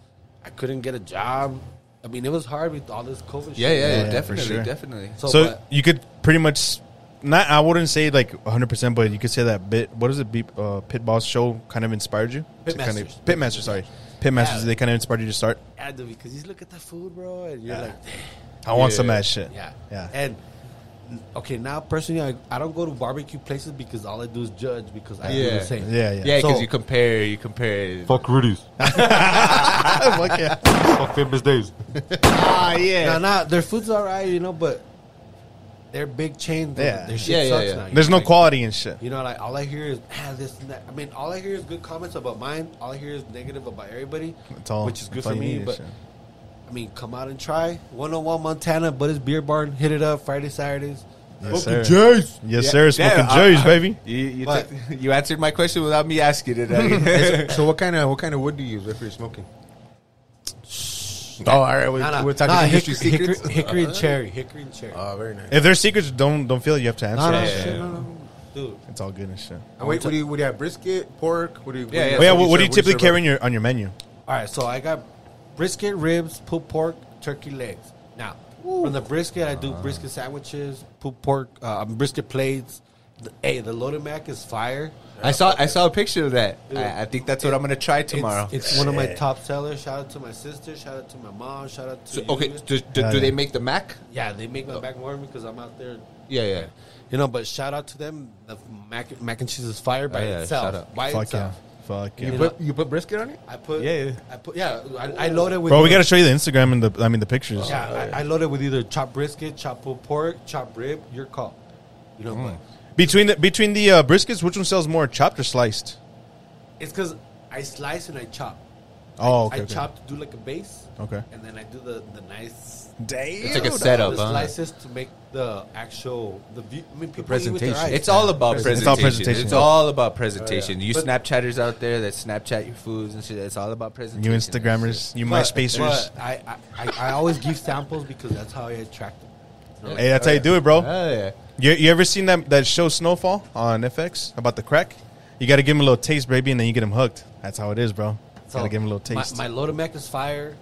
S4: I couldn't get a job. I mean, it was hard with all this COVID.
S2: yeah,
S4: shit.
S2: yeah, yeah,
S3: for
S2: definitely,
S3: sure.
S2: definitely.
S4: So,
S3: so
S4: but-
S3: you could pretty much not i wouldn't say like 100% but you could say that bit what is it be, uh, pit boss show kind of inspired you
S4: Pitmasters.
S3: kind of, pitmaster sorry pitmasters
S4: Yeah.
S3: they kind of inspired you to start
S4: Yeah, dude, because you look at that food, bro, and you're like,
S3: i want
S2: Yeah.
S3: some of that shit
S4: Yeah.
S3: yeah
S4: And okay, now personally, I, I don't go to barbecue places because all I do is judge because I do
S2: Yeah.
S4: the same.
S3: yeah yeah
S2: yeah, because
S4: So-
S2: you compare, you compare.
S6: Fuck Rudy's.
S3: Fuck yeah.
S6: Fuck Famous Days.
S3: ah
S4: Now,
S3: yeah
S4: now their food's all right, you know, but they're big chains.
S3: Yeah.
S4: Yeah. Their shit
S2: Yeah, yeah,
S4: sucks
S2: yeah.
S4: now.
S3: there's no
S4: Like,
S3: quality and shit
S4: You know, like all I hear is ah, this and that. I mean, all I hear is good comments about mine. All I hear is negative about everybody,
S3: That's all-
S4: which is good
S3: that's all
S4: for
S3: you
S4: me.
S3: need,
S4: But
S3: shit.
S4: I mean, come out and try 101 Montana, but it's beer barn. Hit it up Friday, Saturdays.
S3: yes sir
S4: Smoking J's.
S3: yes
S2: Yeah.
S3: sir smoking
S2: Yeah, I-
S3: J's,
S2: I-
S3: baby
S2: You you,
S4: But-
S2: took- you answered my question without me asking it. I-
S5: So what kind of what kind of wood do you use if you're smoking? Oh, all right. We,
S4: Nah, nah.
S5: We're talking
S4: Nah,
S5: industry
S4: hickory, hickory,
S5: secrets.
S4: hickory and cherry. Hickory and cherry.
S5: Oh, very nice.
S3: if there's secrets don't don't feel you have to answer
S4: No, no,
S3: it.
S4: shit, no, no, no. Dude,
S3: it's all good and shit
S5: And wait, what do you what do you have? Brisket, pork? What do you?
S2: Yeah,
S3: oh, yeah what, what do
S5: serve-
S3: you typically
S5: serve
S3: carry in your, on your menu
S4: all right, so I got brisket ribs, pulled pork, turkey legs. Now, from the brisket, I do
S2: Uh-huh.
S4: brisket sandwiches, pulled pork, uh, brisket plates. The, hey, the loaded mac is fire.
S2: I saw I saw a picture of that. I, I think that's what I'm gonna try tomorrow.
S4: It's, it's one of my top sellers. Shout out to my sister. Shout out to my mom. Shout out to
S2: So,
S4: you.
S2: okay, do, do,
S3: Yeah,
S2: do they
S3: yeah.
S2: make the mac?
S4: yeah, they make my back warm because I'm out there.
S2: Yeah, yeah.
S4: You know, but shout out to them. The mac, mac and cheese is fire by
S2: Oh, yeah,
S4: itself.
S2: shout out.
S4: By
S3: fuck yeah
S4: itself.
S3: fuck
S5: it?
S3: yeah
S5: You put, you put brisket on it?
S4: I put.
S2: Yeah, yeah.
S4: I put. Yeah, I, I load it with.
S3: bro we gotta show you the instagram and the i mean the pictures
S4: Yeah, I, I load it with either chopped brisket, chopped pulled pork, chopped rib. Your call. You know, but
S3: Between the between the uh, briskets, which one sells more, chopped or sliced?
S4: it's because I slice and I chop.
S3: Oh, okay.
S4: I
S3: okay.
S4: chop to do like a base.
S3: Okay.
S4: And then I do the the nice.
S3: Damn.
S2: It's like a
S4: the-
S2: setup,
S4: The
S2: huh?
S4: slices to make the actual the view. I mean, people
S5: presentation.
S2: It's all about presentation.
S3: It's
S2: It's
S3: all
S2: all Oh,
S3: presentation.
S2: presentation. You Snapchatters out there that Snapchat your foods and shit, it's all about
S3: You
S2: presentation.
S3: Instagrammers, you MySpacers.
S4: But I, I, I, I always give samples because that's how I attract them.
S3: Hey, that's how you do it, bro.
S2: Oh yeah.
S3: You, you ever seen that that show Snowfall on FX about the crack? You got to give them a little taste, baby, and then you get them hooked. That's how it is, bro.
S4: So,
S3: gotta give them a little taste.
S4: My, my loaded mac is fire.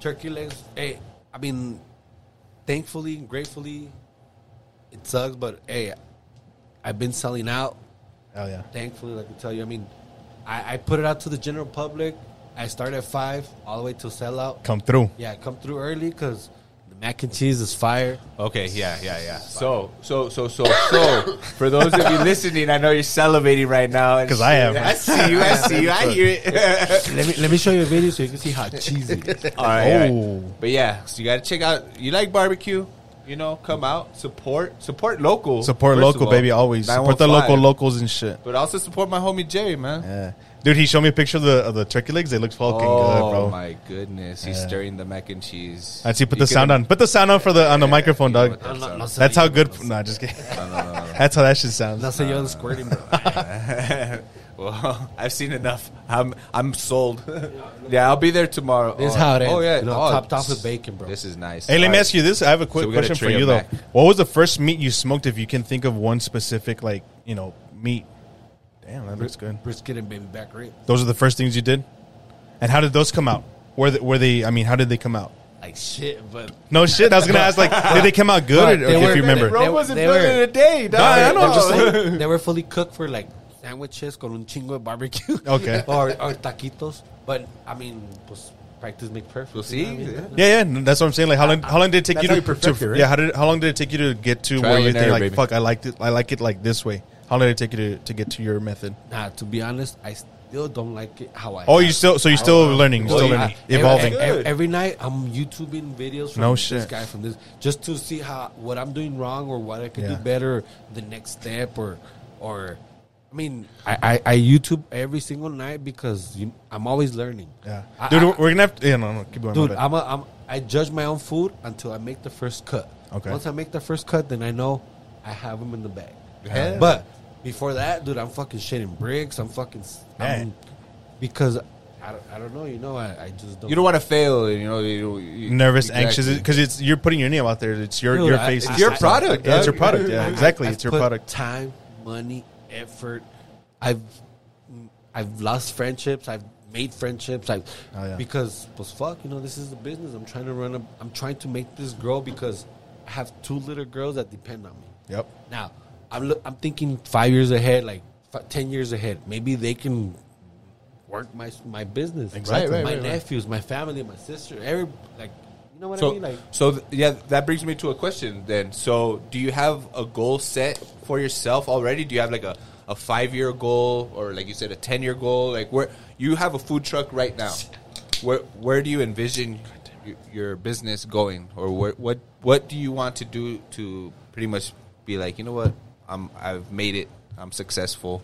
S4: Turkey legs. Hey, I mean, thankfully and gratefully, it sucks, but hey, I've been selling out.
S3: Oh yeah.
S4: Thankfully, like I tell you, I mean, I, I put it out to the general public. I start at five all the way till sellout.
S3: Come through.
S4: Yeah, come through early because the mac and cheese is fire.
S2: Okay, yeah, yeah, yeah. So, so, so, so, so, for those of you listening, I know you're salivating right now. and
S3: 'Cause I
S2: shit.
S3: am.
S2: I see you, I see you, I hear it.
S4: Let me let me show you a video so you can see how cheesy.
S2: all right, all right.
S3: Oh.
S2: But yeah, so you got to check out, you like barbecue, you know, come out, support, support local.
S3: Support
S2: first of
S3: local,
S2: all.
S3: baby. Always support the
S2: 915.
S3: local locals and shit.
S2: But also support my homie Jerry, man.
S3: Yeah. Dude, he showed me a picture of the of the turkey legs. They look fucking good,
S2: Oh
S3: bro.
S2: my goodness, he's stirring the mac and cheese.
S3: I see. Put
S2: You
S3: the sound
S2: can-
S3: on. Put the sound on for the on the microphone,
S2: know
S3: dog.
S2: what that sound is.
S3: That's how good. Nah, just kidding. That's how that shit sounds.
S4: That's how you're squirting, bro.
S2: Well, I've seen enough. I'm I'm sold. yeah, I'll be there tomorrow.
S4: This
S2: oh,
S4: is how it ends.
S2: Oh yeah,
S4: You know,
S2: Oh,
S4: topped off
S2: this-
S4: with bacon, bro.
S2: This is nice.
S3: Hey, let me
S2: Alright.
S3: ask you this. I have a quick
S2: So we got a
S3: question for
S2: trio
S3: you though.
S2: back.
S3: What was the first meat you smoked? If you can think of one specific, like you know, meat. Damn, that looks good.
S4: Brisket and baby back rib,
S3: Those are the first things you did, and how did those come out? Were they, were they? I mean, how did they come out?
S4: like shit, but
S3: No shit. I was gonna ask, like, did they come out good? Or,
S4: But
S3: or
S4: they
S3: if
S4: were-
S3: you remember,
S2: Bro
S4: They-
S2: wasn't
S4: they
S2: building
S4: were-
S2: a day, dog.
S3: I
S2: I
S3: know.
S4: They were
S2: know.
S4: fully- they were fully cooked for like sandwiches con un chingo de barbecue.
S3: Okay.
S4: or, or taquitos. But I mean, pues, practice make perfect.
S2: Well,
S4: you know
S2: see?
S4: what I mean?
S3: Yeah, yeah, n- that's what I'm saying. Like, how long? How long did it take you
S5: That's how
S3: to,
S5: you perfect
S3: to-
S5: it, right?
S3: Yeah, how did? How long did it take you to get to
S2: Trial
S3: where you
S2: and
S3: think
S2: error,
S3: like,
S2: baby.
S3: fuck, I liked it. I like it like this way. How long did it take you to, to get to your method?
S4: Nah, to be honest, I still don't like it how I.
S3: Oh,
S4: have
S3: you still? So you're
S4: I
S3: still
S4: don't know.
S3: learning, you're
S2: Well,
S3: still
S2: yeah.
S3: learning,
S4: Every-
S3: evolving.
S4: Every, every night, I'm YouTubing videos from
S3: No
S4: this
S3: shit.
S4: guy from this, just to see how what I'm doing wrong or what I could
S3: Yeah.
S4: do better, the next step, or, or, I mean, I, I, I YouTube every single night because you, I'm always learning.
S3: Yeah,
S4: I-
S3: dude,
S4: I-
S3: we're gonna have to. Yeah, no, no, keep going. my
S4: dude,
S3: bad.
S4: I'm, a, I'm I judge my own food until I make the first cut.
S3: Okay.
S4: Once I make the first cut, then I know I have them in the bag.
S2: Hell yeah.
S4: But before that, dude, I'm fucking shitting bricks. I'm fucking, s-
S3: Man.
S4: I'm, because I don't, I don't know. You know, I, I just don't.
S2: You don't want to fail, you know. You, you,
S3: nervous,
S2: exactly.
S3: anxious, because it's you're putting your name out there. It's your
S4: Dude,
S3: your
S4: I-
S3: face.
S4: it's
S3: and
S2: your
S3: stuff.
S2: product,
S3: Yeah, it's your
S2: dog.
S3: product. Yeah, exactly.
S4: I've
S3: It's your
S4: put
S3: product.
S4: Time, money, effort. I've I've lost friendships. I've made friendships. I
S3: Oh, yeah.
S4: because was fuck. You know, this is the business. I'm trying to run. A, I'm trying to make this grow because I have two little girls that depend on me.
S3: Yep.
S4: Now I'm look, I'm thinking five years ahead, like fi- ten years ahead. Maybe they can work my my business.
S3: Exactly. Right, right,
S4: my
S3: right, right.
S4: nephews, my family, my sister. Every like, you know what I
S2: So,
S4: mean? Like.
S2: so th- yeah, that brings me to a question. Then, so do you have a goal set for yourself already? Do you have like a, a five year goal or like you said a ten year goal? Like where you have a food truck right now, where where do you envision y- your business going, or where, what what do you want to do to pretty much be like you know what I'm I've made it I'm successful.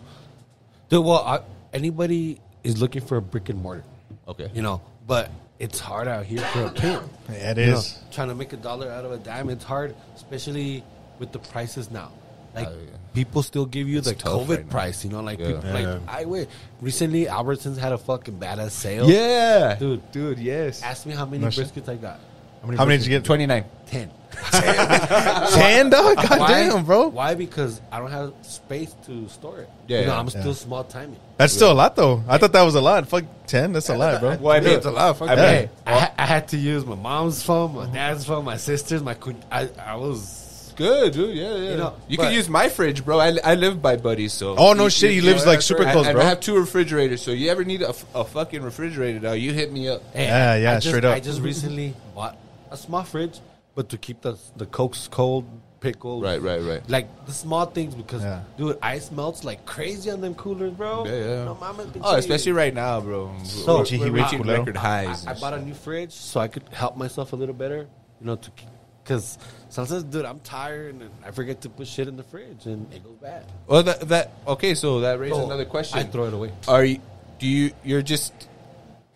S4: Dude, well, I, anybody is looking for a brick and mortar.
S2: Okay.
S4: You know, but it's hard out here for a pimp.
S3: Yeah, it
S4: You know,
S3: is.
S4: trying to make a dollar out of a dime, it's hard, especially with the prices now. Like,
S2: Oh, yeah.
S4: people still give you the
S2: tough
S4: COVID
S2: right now.
S4: price, you know? Like,
S2: Yeah.
S4: people,
S5: Yeah.
S4: like I wait. Recently, Albertsons had a fucking badass sale.
S2: Yeah,
S4: Dude.
S2: dude, yes.
S4: Ask me how many
S3: No shit.
S4: briskets I got.
S3: How many did you get?
S2: Twenty nine.
S4: 10.
S3: Ten, dog. God
S4: Why?
S3: damn, bro.
S4: Why? Because I don't have space to store it.
S2: Yeah,
S4: you know,
S2: yeah.
S4: I'm
S3: Yeah.
S4: still small timing.
S3: That's still a lot, though. I thought that was a lot. Fuck, ten. That's a lot, bro.
S2: Well, I mean,
S5: it's a lot, fuck
S2: I
S3: that.
S2: mean,
S4: Hey, I, ha- I had to use my mom's phone, my dad's phone, my sister's, my cu- I, I was
S2: Good, dude. Yeah, yeah. You,
S4: You know,
S2: can
S4: but-
S2: use my fridge, bro. I, I live by buddies, so.
S3: Oh, no shit, he lives, like,
S2: that's
S3: super
S2: right.
S3: close,
S2: and,
S3: bro.
S2: And I have two refrigerators, so you ever need a, f- a fucking refrigerator, dog, you hit me up.
S4: hey,
S3: Yeah,
S4: I-
S3: yeah,
S4: I just,
S3: straight up.
S4: I just recently bought a small fridge, but to keep the the cokes cold, pickles,
S2: Right, right, right.
S4: like the small things because
S3: Yeah.
S4: dude, ice melts like crazy on them coolers, bro.
S2: Yeah, yeah.
S4: No, mama,
S2: Oh, especially right now, bro.
S4: So-
S2: we're,
S3: Gee, he
S2: we're
S3: went
S2: reaching
S3: too low.
S2: record
S4: I,
S2: highs.
S4: I
S2: and
S4: bought a new fridge so I could help myself a little better, you know, to because sometimes, dude, I'm tired and I forget to put shit in the fridge and it goes bad.
S2: shit. Well, that, that okay. So that raises
S4: So,
S2: another question.
S4: I throw it away.
S2: Are you? Do you? You're just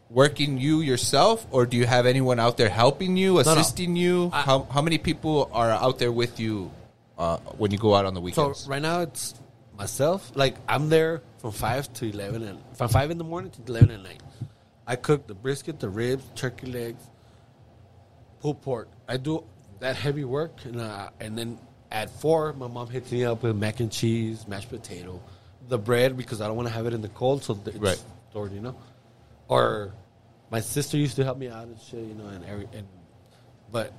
S2: working you yourself, or do you have anyone out there helping you,
S4: no.
S2: assisting you?
S4: I-
S2: how how many people are out there with you uh, when you go out on the
S4: So
S2: weekends?
S4: right now it's myself. Like I'm there from five to eleven, and from five in the morning to eleven at night. I cook the brisket, the ribs, turkey legs, pulled pork. I do that heavy work, and uh, and then at four, my mom hits me up with mac and cheese, mashed potato, the bread because I don't want to have it in the cold, so it's
S2: Right.
S4: stored, you know. Or my sister used to help me out and shit, you know, and every and but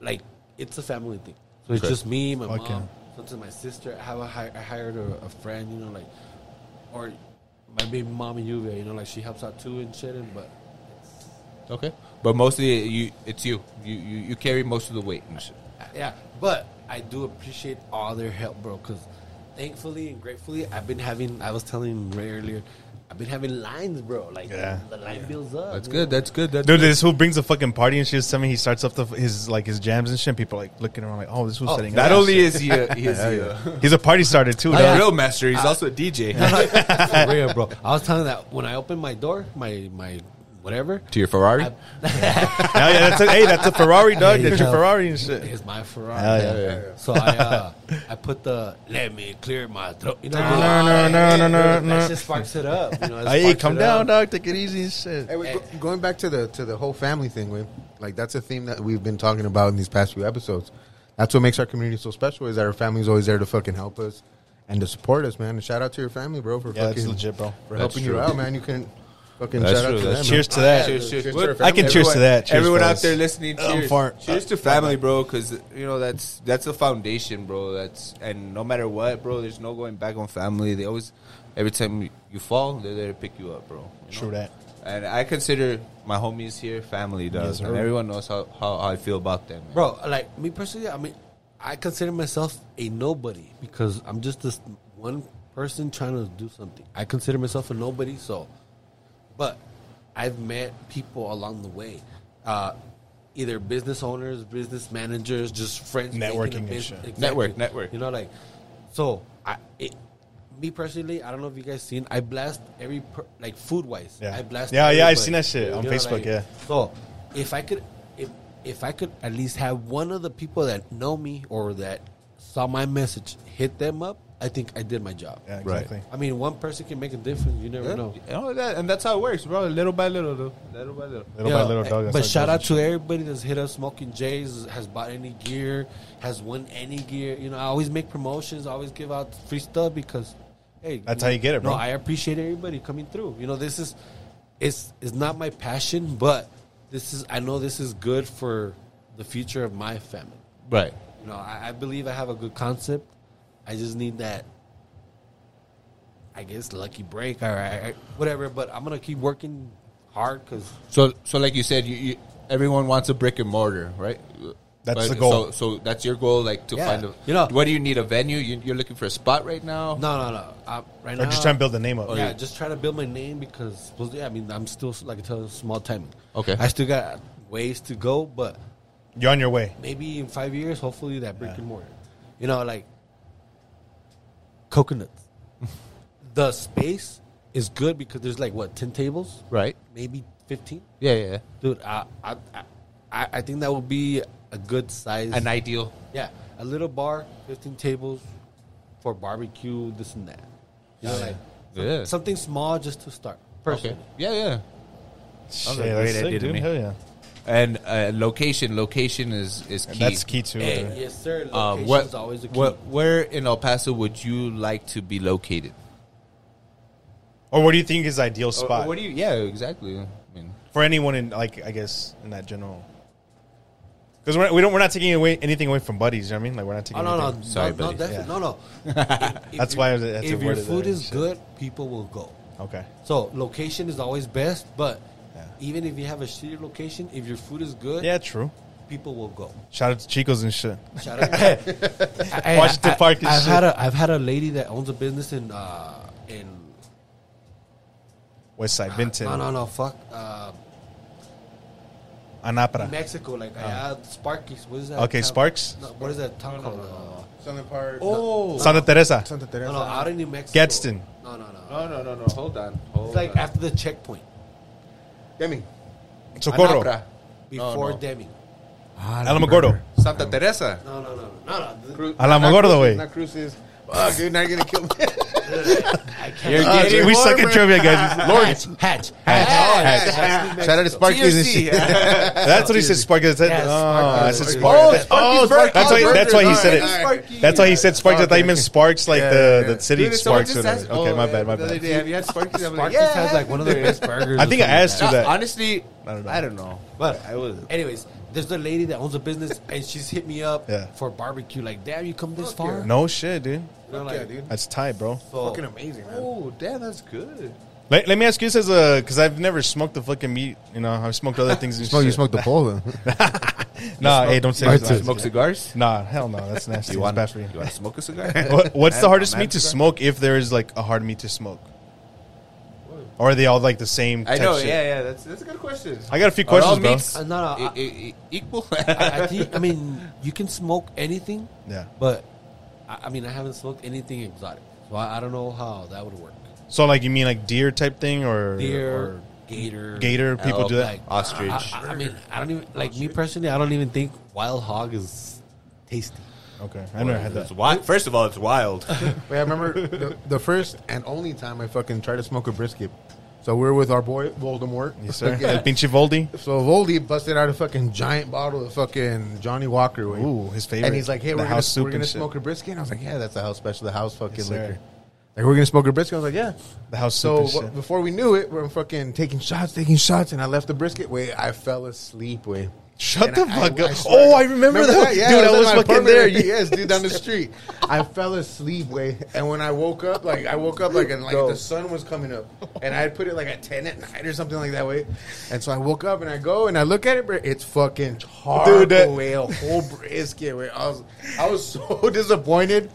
S4: like it's a family thing. So it's
S2: Okay.
S4: just me, my
S3: Okay.
S4: mom, So to my sister, I have a hi- I hired a, a friend, you know, like, or my baby mom in Juve, you know, like she helps out too and shit. And but
S2: Okay. But mostly you, it's you. You, you. you carry most of the weight and shit.
S4: yeah, but I do appreciate all their help, bro. Because thankfully and gratefully, I've been having. I was telling Ray earlier, I've been having lines, bro. Like
S3: Yeah.
S4: the line builds up.
S2: That's
S4: you
S2: good.
S4: know?
S2: That's good. That's
S3: Dude, this who brings a fucking party and shit. Tell me he starts up the, his like his jams and shit. and People like looking around like, oh, this was
S2: Oh,
S3: setting.
S2: not
S3: up and
S2: only
S3: shit.
S2: is he a, he is he a,
S3: he's a party starter too.
S2: a
S3: dog.
S2: drill master, he's also a DJ.
S4: For real, bro. I was telling that when I opened my door, my my whatever.
S2: to your Ferrari?
S3: Hell yeah, that's a, hey, that's a Ferrari, dog.
S4: Hey,
S3: That's your
S4: yo.
S3: Ferrari and shit.
S4: It's my Ferrari.
S3: Hell yeah.
S4: So I uh, I put the let me clear my throat. You know,
S3: No, no, no, no, no, no.
S4: That shit sparks it up. You know, it
S3: Hey,
S4: sparks
S3: come
S4: it
S3: down,
S4: up.
S3: dog. Take it easy and shit.
S5: Hey, wait, go- going back to the to the whole family thing, we like that's a theme that we've been talking about in these past few episodes. That's what makes our community so special is that our family's always there to fucking help us and to support us, man. And shout out to your family, bro, for
S3: Yeah,
S5: fucking
S3: that's legit, bro.
S5: for helping you out, man. You can fucking
S2: That's
S5: shout
S2: true,
S5: out to
S2: that's
S5: them.
S3: Cheers
S5: man.
S3: to that.
S2: Cheers, cheers.
S5: Cheers to
S3: I
S5: our
S3: can
S5: family.
S3: cheers to that. Cheers,
S2: Everyone
S3: fellas.
S2: out there listening,
S3: I'm
S2: cheers.
S3: fart.
S2: Cheers to family, bro, because you know that's that's the foundation, bro. That's and no matter what, bro, there's no going back on family. They always, every time you- you fall, they're there to pick you up, bro. you know?
S3: True that.
S2: And I consider my homies here family, does,
S3: Yes, sir.
S2: and everyone knows how, how, how I feel about them. man.
S4: bro. Like me personally, I mean, I consider myself a nobody because I'm just this one person trying to do something. I consider myself a nobody, so. But I've met people along the way, uh, either business owners, business managers, just friends, making a
S3: Networking and
S4: bus-
S3: shit.
S2: Network, network.
S4: You know, like so. I it, me personally, I don't know if you guys seen. I blast every per, like food wise.
S3: Yeah.
S4: I blast.
S3: Yeah, yeah, I've
S4: everybody.
S3: seen that shit on Facebook, yeah.
S4: So if I could, if if I could at least have one of the people that know me or that saw my message hit them up, I think I did my job.
S3: Yeah, exactly.
S4: I mean, one person can make a difference. You never
S2: Yeah.
S4: know.
S2: You know that, and that's how it works, bro. Little by little, though. Little by little.
S3: Little
S4: Yeah,
S3: by little,
S4: eh,
S3: dog. that's how
S4: But
S3: it
S4: shout
S3: goes.
S4: out to everybody that's hit us. Smoking Jays has bought any gear, has won any gear. You know, I always make promotions, I always give out free stuff because, hey,
S3: That's how you get it, bro.
S4: No, I appreciate everybody coming through. You know, this is, it's it's not my passion, but this is I know this is good for the future of my family.
S2: Right.
S4: You know, I, I believe I have a good concept. I just need that. I guess lucky break, all right, whatever. But I'm gonna keep working hard because
S2: So, so like you said, you, you everyone wants a brick and mortar, right?
S3: That's the goal.
S2: So, so that's your goal, like to
S4: Yeah.
S2: find a.
S4: You know-
S2: what do you need a venue? You, you're looking for a spot right now.
S4: No, no, no. I, right
S3: I'm
S4: now,
S3: just trying to build Oh, the name up.
S4: Oh, Yeah, just trying to build my name because supposed to- yeah, I mean, I'm still like I tell you, small timing.
S2: Okay.
S4: I still got ways to go, but
S3: You're on your way.
S4: maybe in five years, hopefully that brick and mortar. You know, like coconuts. the space is good because there's like what ten tables,
S2: Right.
S4: maybe fifteen.
S2: Yeah, yeah. yeah.
S4: Dude, I, I, I- I, I think that would be a good size.
S2: An ideal.
S4: Yeah, a little bar, fifteen tables for barbecue, this and that. You know, like
S2: Yeah.
S4: something small just to start.
S2: Okay.
S4: Personally.
S2: Yeah, yeah.
S3: Shit,
S2: great
S3: that's
S2: idea
S3: sick,
S2: to
S3: dude.
S2: me.
S3: Hell yeah.
S2: And uh, location, location is is key.
S3: That's key too.
S4: Hey,
S3: dude.
S4: yes, sir. Location
S2: Uh,
S4: what,
S2: what,
S4: is always a key.
S2: what, where in El Paso would you like to be located?
S3: Or what do you think is
S2: Or-
S3: ideal
S2: or
S3: spot
S2: What do you? Yeah, exactly. I mean,
S3: for anyone in like I guess in that general? Because we're we don't we're not taking away anything away from buddies. You know what I mean? Like we're not taking.
S4: Oh no
S3: anything-
S4: no
S2: Sorry,
S4: no, no,
S2: buddy.
S4: that's,
S3: Yeah.
S4: no no. If- if
S3: That's
S4: your-
S3: why I was- that's
S4: if
S3: the
S4: your
S3: word of
S4: food
S3: the-
S4: is
S3: shit.
S4: good, people will go.
S3: Okay.
S4: So location is always best, but
S3: Yeah.
S4: even if you have a shitty location, if your food is good,
S3: Yeah, true.
S4: people will go.
S3: Shout out to Chicos and shit.
S4: Shout out. Hey, I-
S3: Washington
S4: I-
S3: Park is
S4: I've
S3: shit.
S4: had a I've had a lady that owns a business in uh, in uh,
S3: West Side, Vinton,
S4: Ah, no no no fuck uh,
S3: Anapra.
S4: Mexico like I had Sparkies. What is that?
S3: Uh. Okay,
S4: town-
S3: Sparks?
S4: No, what is that town called? Uh,
S5: Santa Park.
S2: oh
S3: Santa Teresa.
S5: Santa
S4: no
S5: Teresa.
S4: no out in New Mexico.
S3: Gadsden.
S4: No no no.
S2: no no no no! Hold on, hold
S4: It's like
S2: on.
S4: after the checkpoint
S5: Demi.
S3: Socorro.
S2: Anapra,
S4: before
S2: no.
S4: Demi.
S3: Alamogordo.
S2: Santa Teresa.
S4: No no no no no.
S5: Cru-
S3: Alamogordo, way.
S5: Not cruises. Fuck, dude, now you're gonna kill me.
S4: I can't.
S2: You're
S3: Ah,
S2: getting
S3: we
S2: warmer.
S3: suck at trivia, guys.
S4: Hatch, hatch, hatch,
S3: Hatch.
S5: Shout out to Sparky's and shit.
S3: That's what he said, Spark. That's it.
S4: Yeah,
S3: oh,
S4: Spark.
S3: I said
S4: Spark.
S3: Spark.
S2: Oh,
S3: That-
S2: Sparky's
S3: oh,
S2: Burgers.
S3: That's why. That's why he
S5: Burgers.
S3: said
S5: Alright,
S3: it.
S5: alright.
S3: That's why he said Sparks. I thought you
S5: Okay.
S3: meant Sparks, like
S5: Yeah,
S3: the
S5: yeah, yeah.
S3: the city Sparks.
S2: someone just
S3: whatever.
S2: asked-
S3: Okay,
S2: oh,
S3: my
S2: yeah,
S3: bad, my
S2: the other
S3: bad.
S2: day, have you had Sparky's? I'm like,
S4: Sparky's
S2: yeah,
S4: has like one of the best burgers.
S3: I
S4: or
S3: think I
S4: something
S3: asked you
S4: like
S3: that.
S2: Honestly,
S3: I don't know.
S2: I don't know.
S4: But
S2: I was
S4: Anyways, There's a lady that owns a business and she's hit me up
S3: Yeah.
S4: for barbecue. Like, damn, you come this
S5: Fuck
S4: far?
S5: yeah.
S3: No shit, dude.
S4: And I'm
S5: Fuck yeah,
S4: like,
S5: dude.
S3: That's tight, bro.
S4: so-
S5: Fucking amazing, man.
S2: Oh, damn, that's good.
S3: Let, let me ask you this as a because I've never smoked the fucking meat. You know, I've smoked other things. And
S5: Smoke, you
S3: shit.
S5: smoked the pole, then.
S3: Nah, Uh, hey, don't say
S5: Right
S3: that.
S5: to-
S2: Smoke cigars?
S3: Nah, hell no, that's nasty.
S2: You
S3: It's
S2: want,
S3: bad for you.
S2: you want to smoke a cigar?
S3: What, what's the
S2: Man-
S3: hardest
S2: man
S3: meat to
S2: cigar?
S3: smoke if there is like a hard meat to smoke? Or are they all like the same?
S2: I
S3: type
S2: know,
S3: shit?
S2: yeah, yeah. That's, that's a good question.
S3: I got a few
S2: Are all
S3: questions, bro.
S2: meats
S4: Uh, no, no,
S2: e- e- e- equal?
S4: I, I think, I mean, you can smoke anything,
S3: Yeah.
S4: but I, I mean, I haven't smoked anything exotic, so I, I don't know how that would work.
S3: So like you mean like deer type thing or
S4: Deer, gator, Oh,
S3: or gator? People do that.
S4: like
S2: Ostrich.
S4: I, I- I mean, I don't even like me personally. I don't even think wild hog is tasty.
S3: okay, I've never had
S2: It's
S3: that.
S2: wild. First of all, it's wild.
S5: But I remember the, the first and only time I fucking tried to smoke a brisket. So we we're with our boy Voldemort.
S3: Yes, sir.
S5: Yeah.
S3: El pinche Voldy.
S5: So Voldy busted out a fucking giant bottle of fucking Johnny Walker. Way.
S3: Ooh, his favorite.
S5: And he's like, "Hey,
S3: The
S5: we're gonna,
S3: house soup
S5: we're gonna
S3: and shit.
S5: smoke a brisket." And I was like, "Yeah, that's the house special, the house fucking
S3: Yes, sir.
S5: liquor." Like, we're gonna smoke a brisket. I was like, "Yeah."
S3: The house
S5: So
S3: soup and
S5: wh-
S3: shit.
S5: before we knew it, we're fucking taking shots, taking shots, and I left the brisket. Way I fell asleep. Way.
S3: Shut
S5: And
S3: the
S5: I-
S3: fuck
S5: I-
S3: up.
S5: I swear
S3: oh,
S5: to-
S3: I remember, that.
S5: Yeah,
S3: dude,
S5: I was,
S3: I was
S5: at my
S3: fucking
S5: apartment
S3: there.
S5: right- yes, dude, down the street. I fell asleep, way, and when I woke up, like I woke up like and like the sun was coming up, and I had put it like at ten at night or something like that way, and so I woke up and I go and I look at it, bro, it's fucking charcoal,
S3: Dude, that-
S5: way, a whole brisket, way. I was I was so disappointed.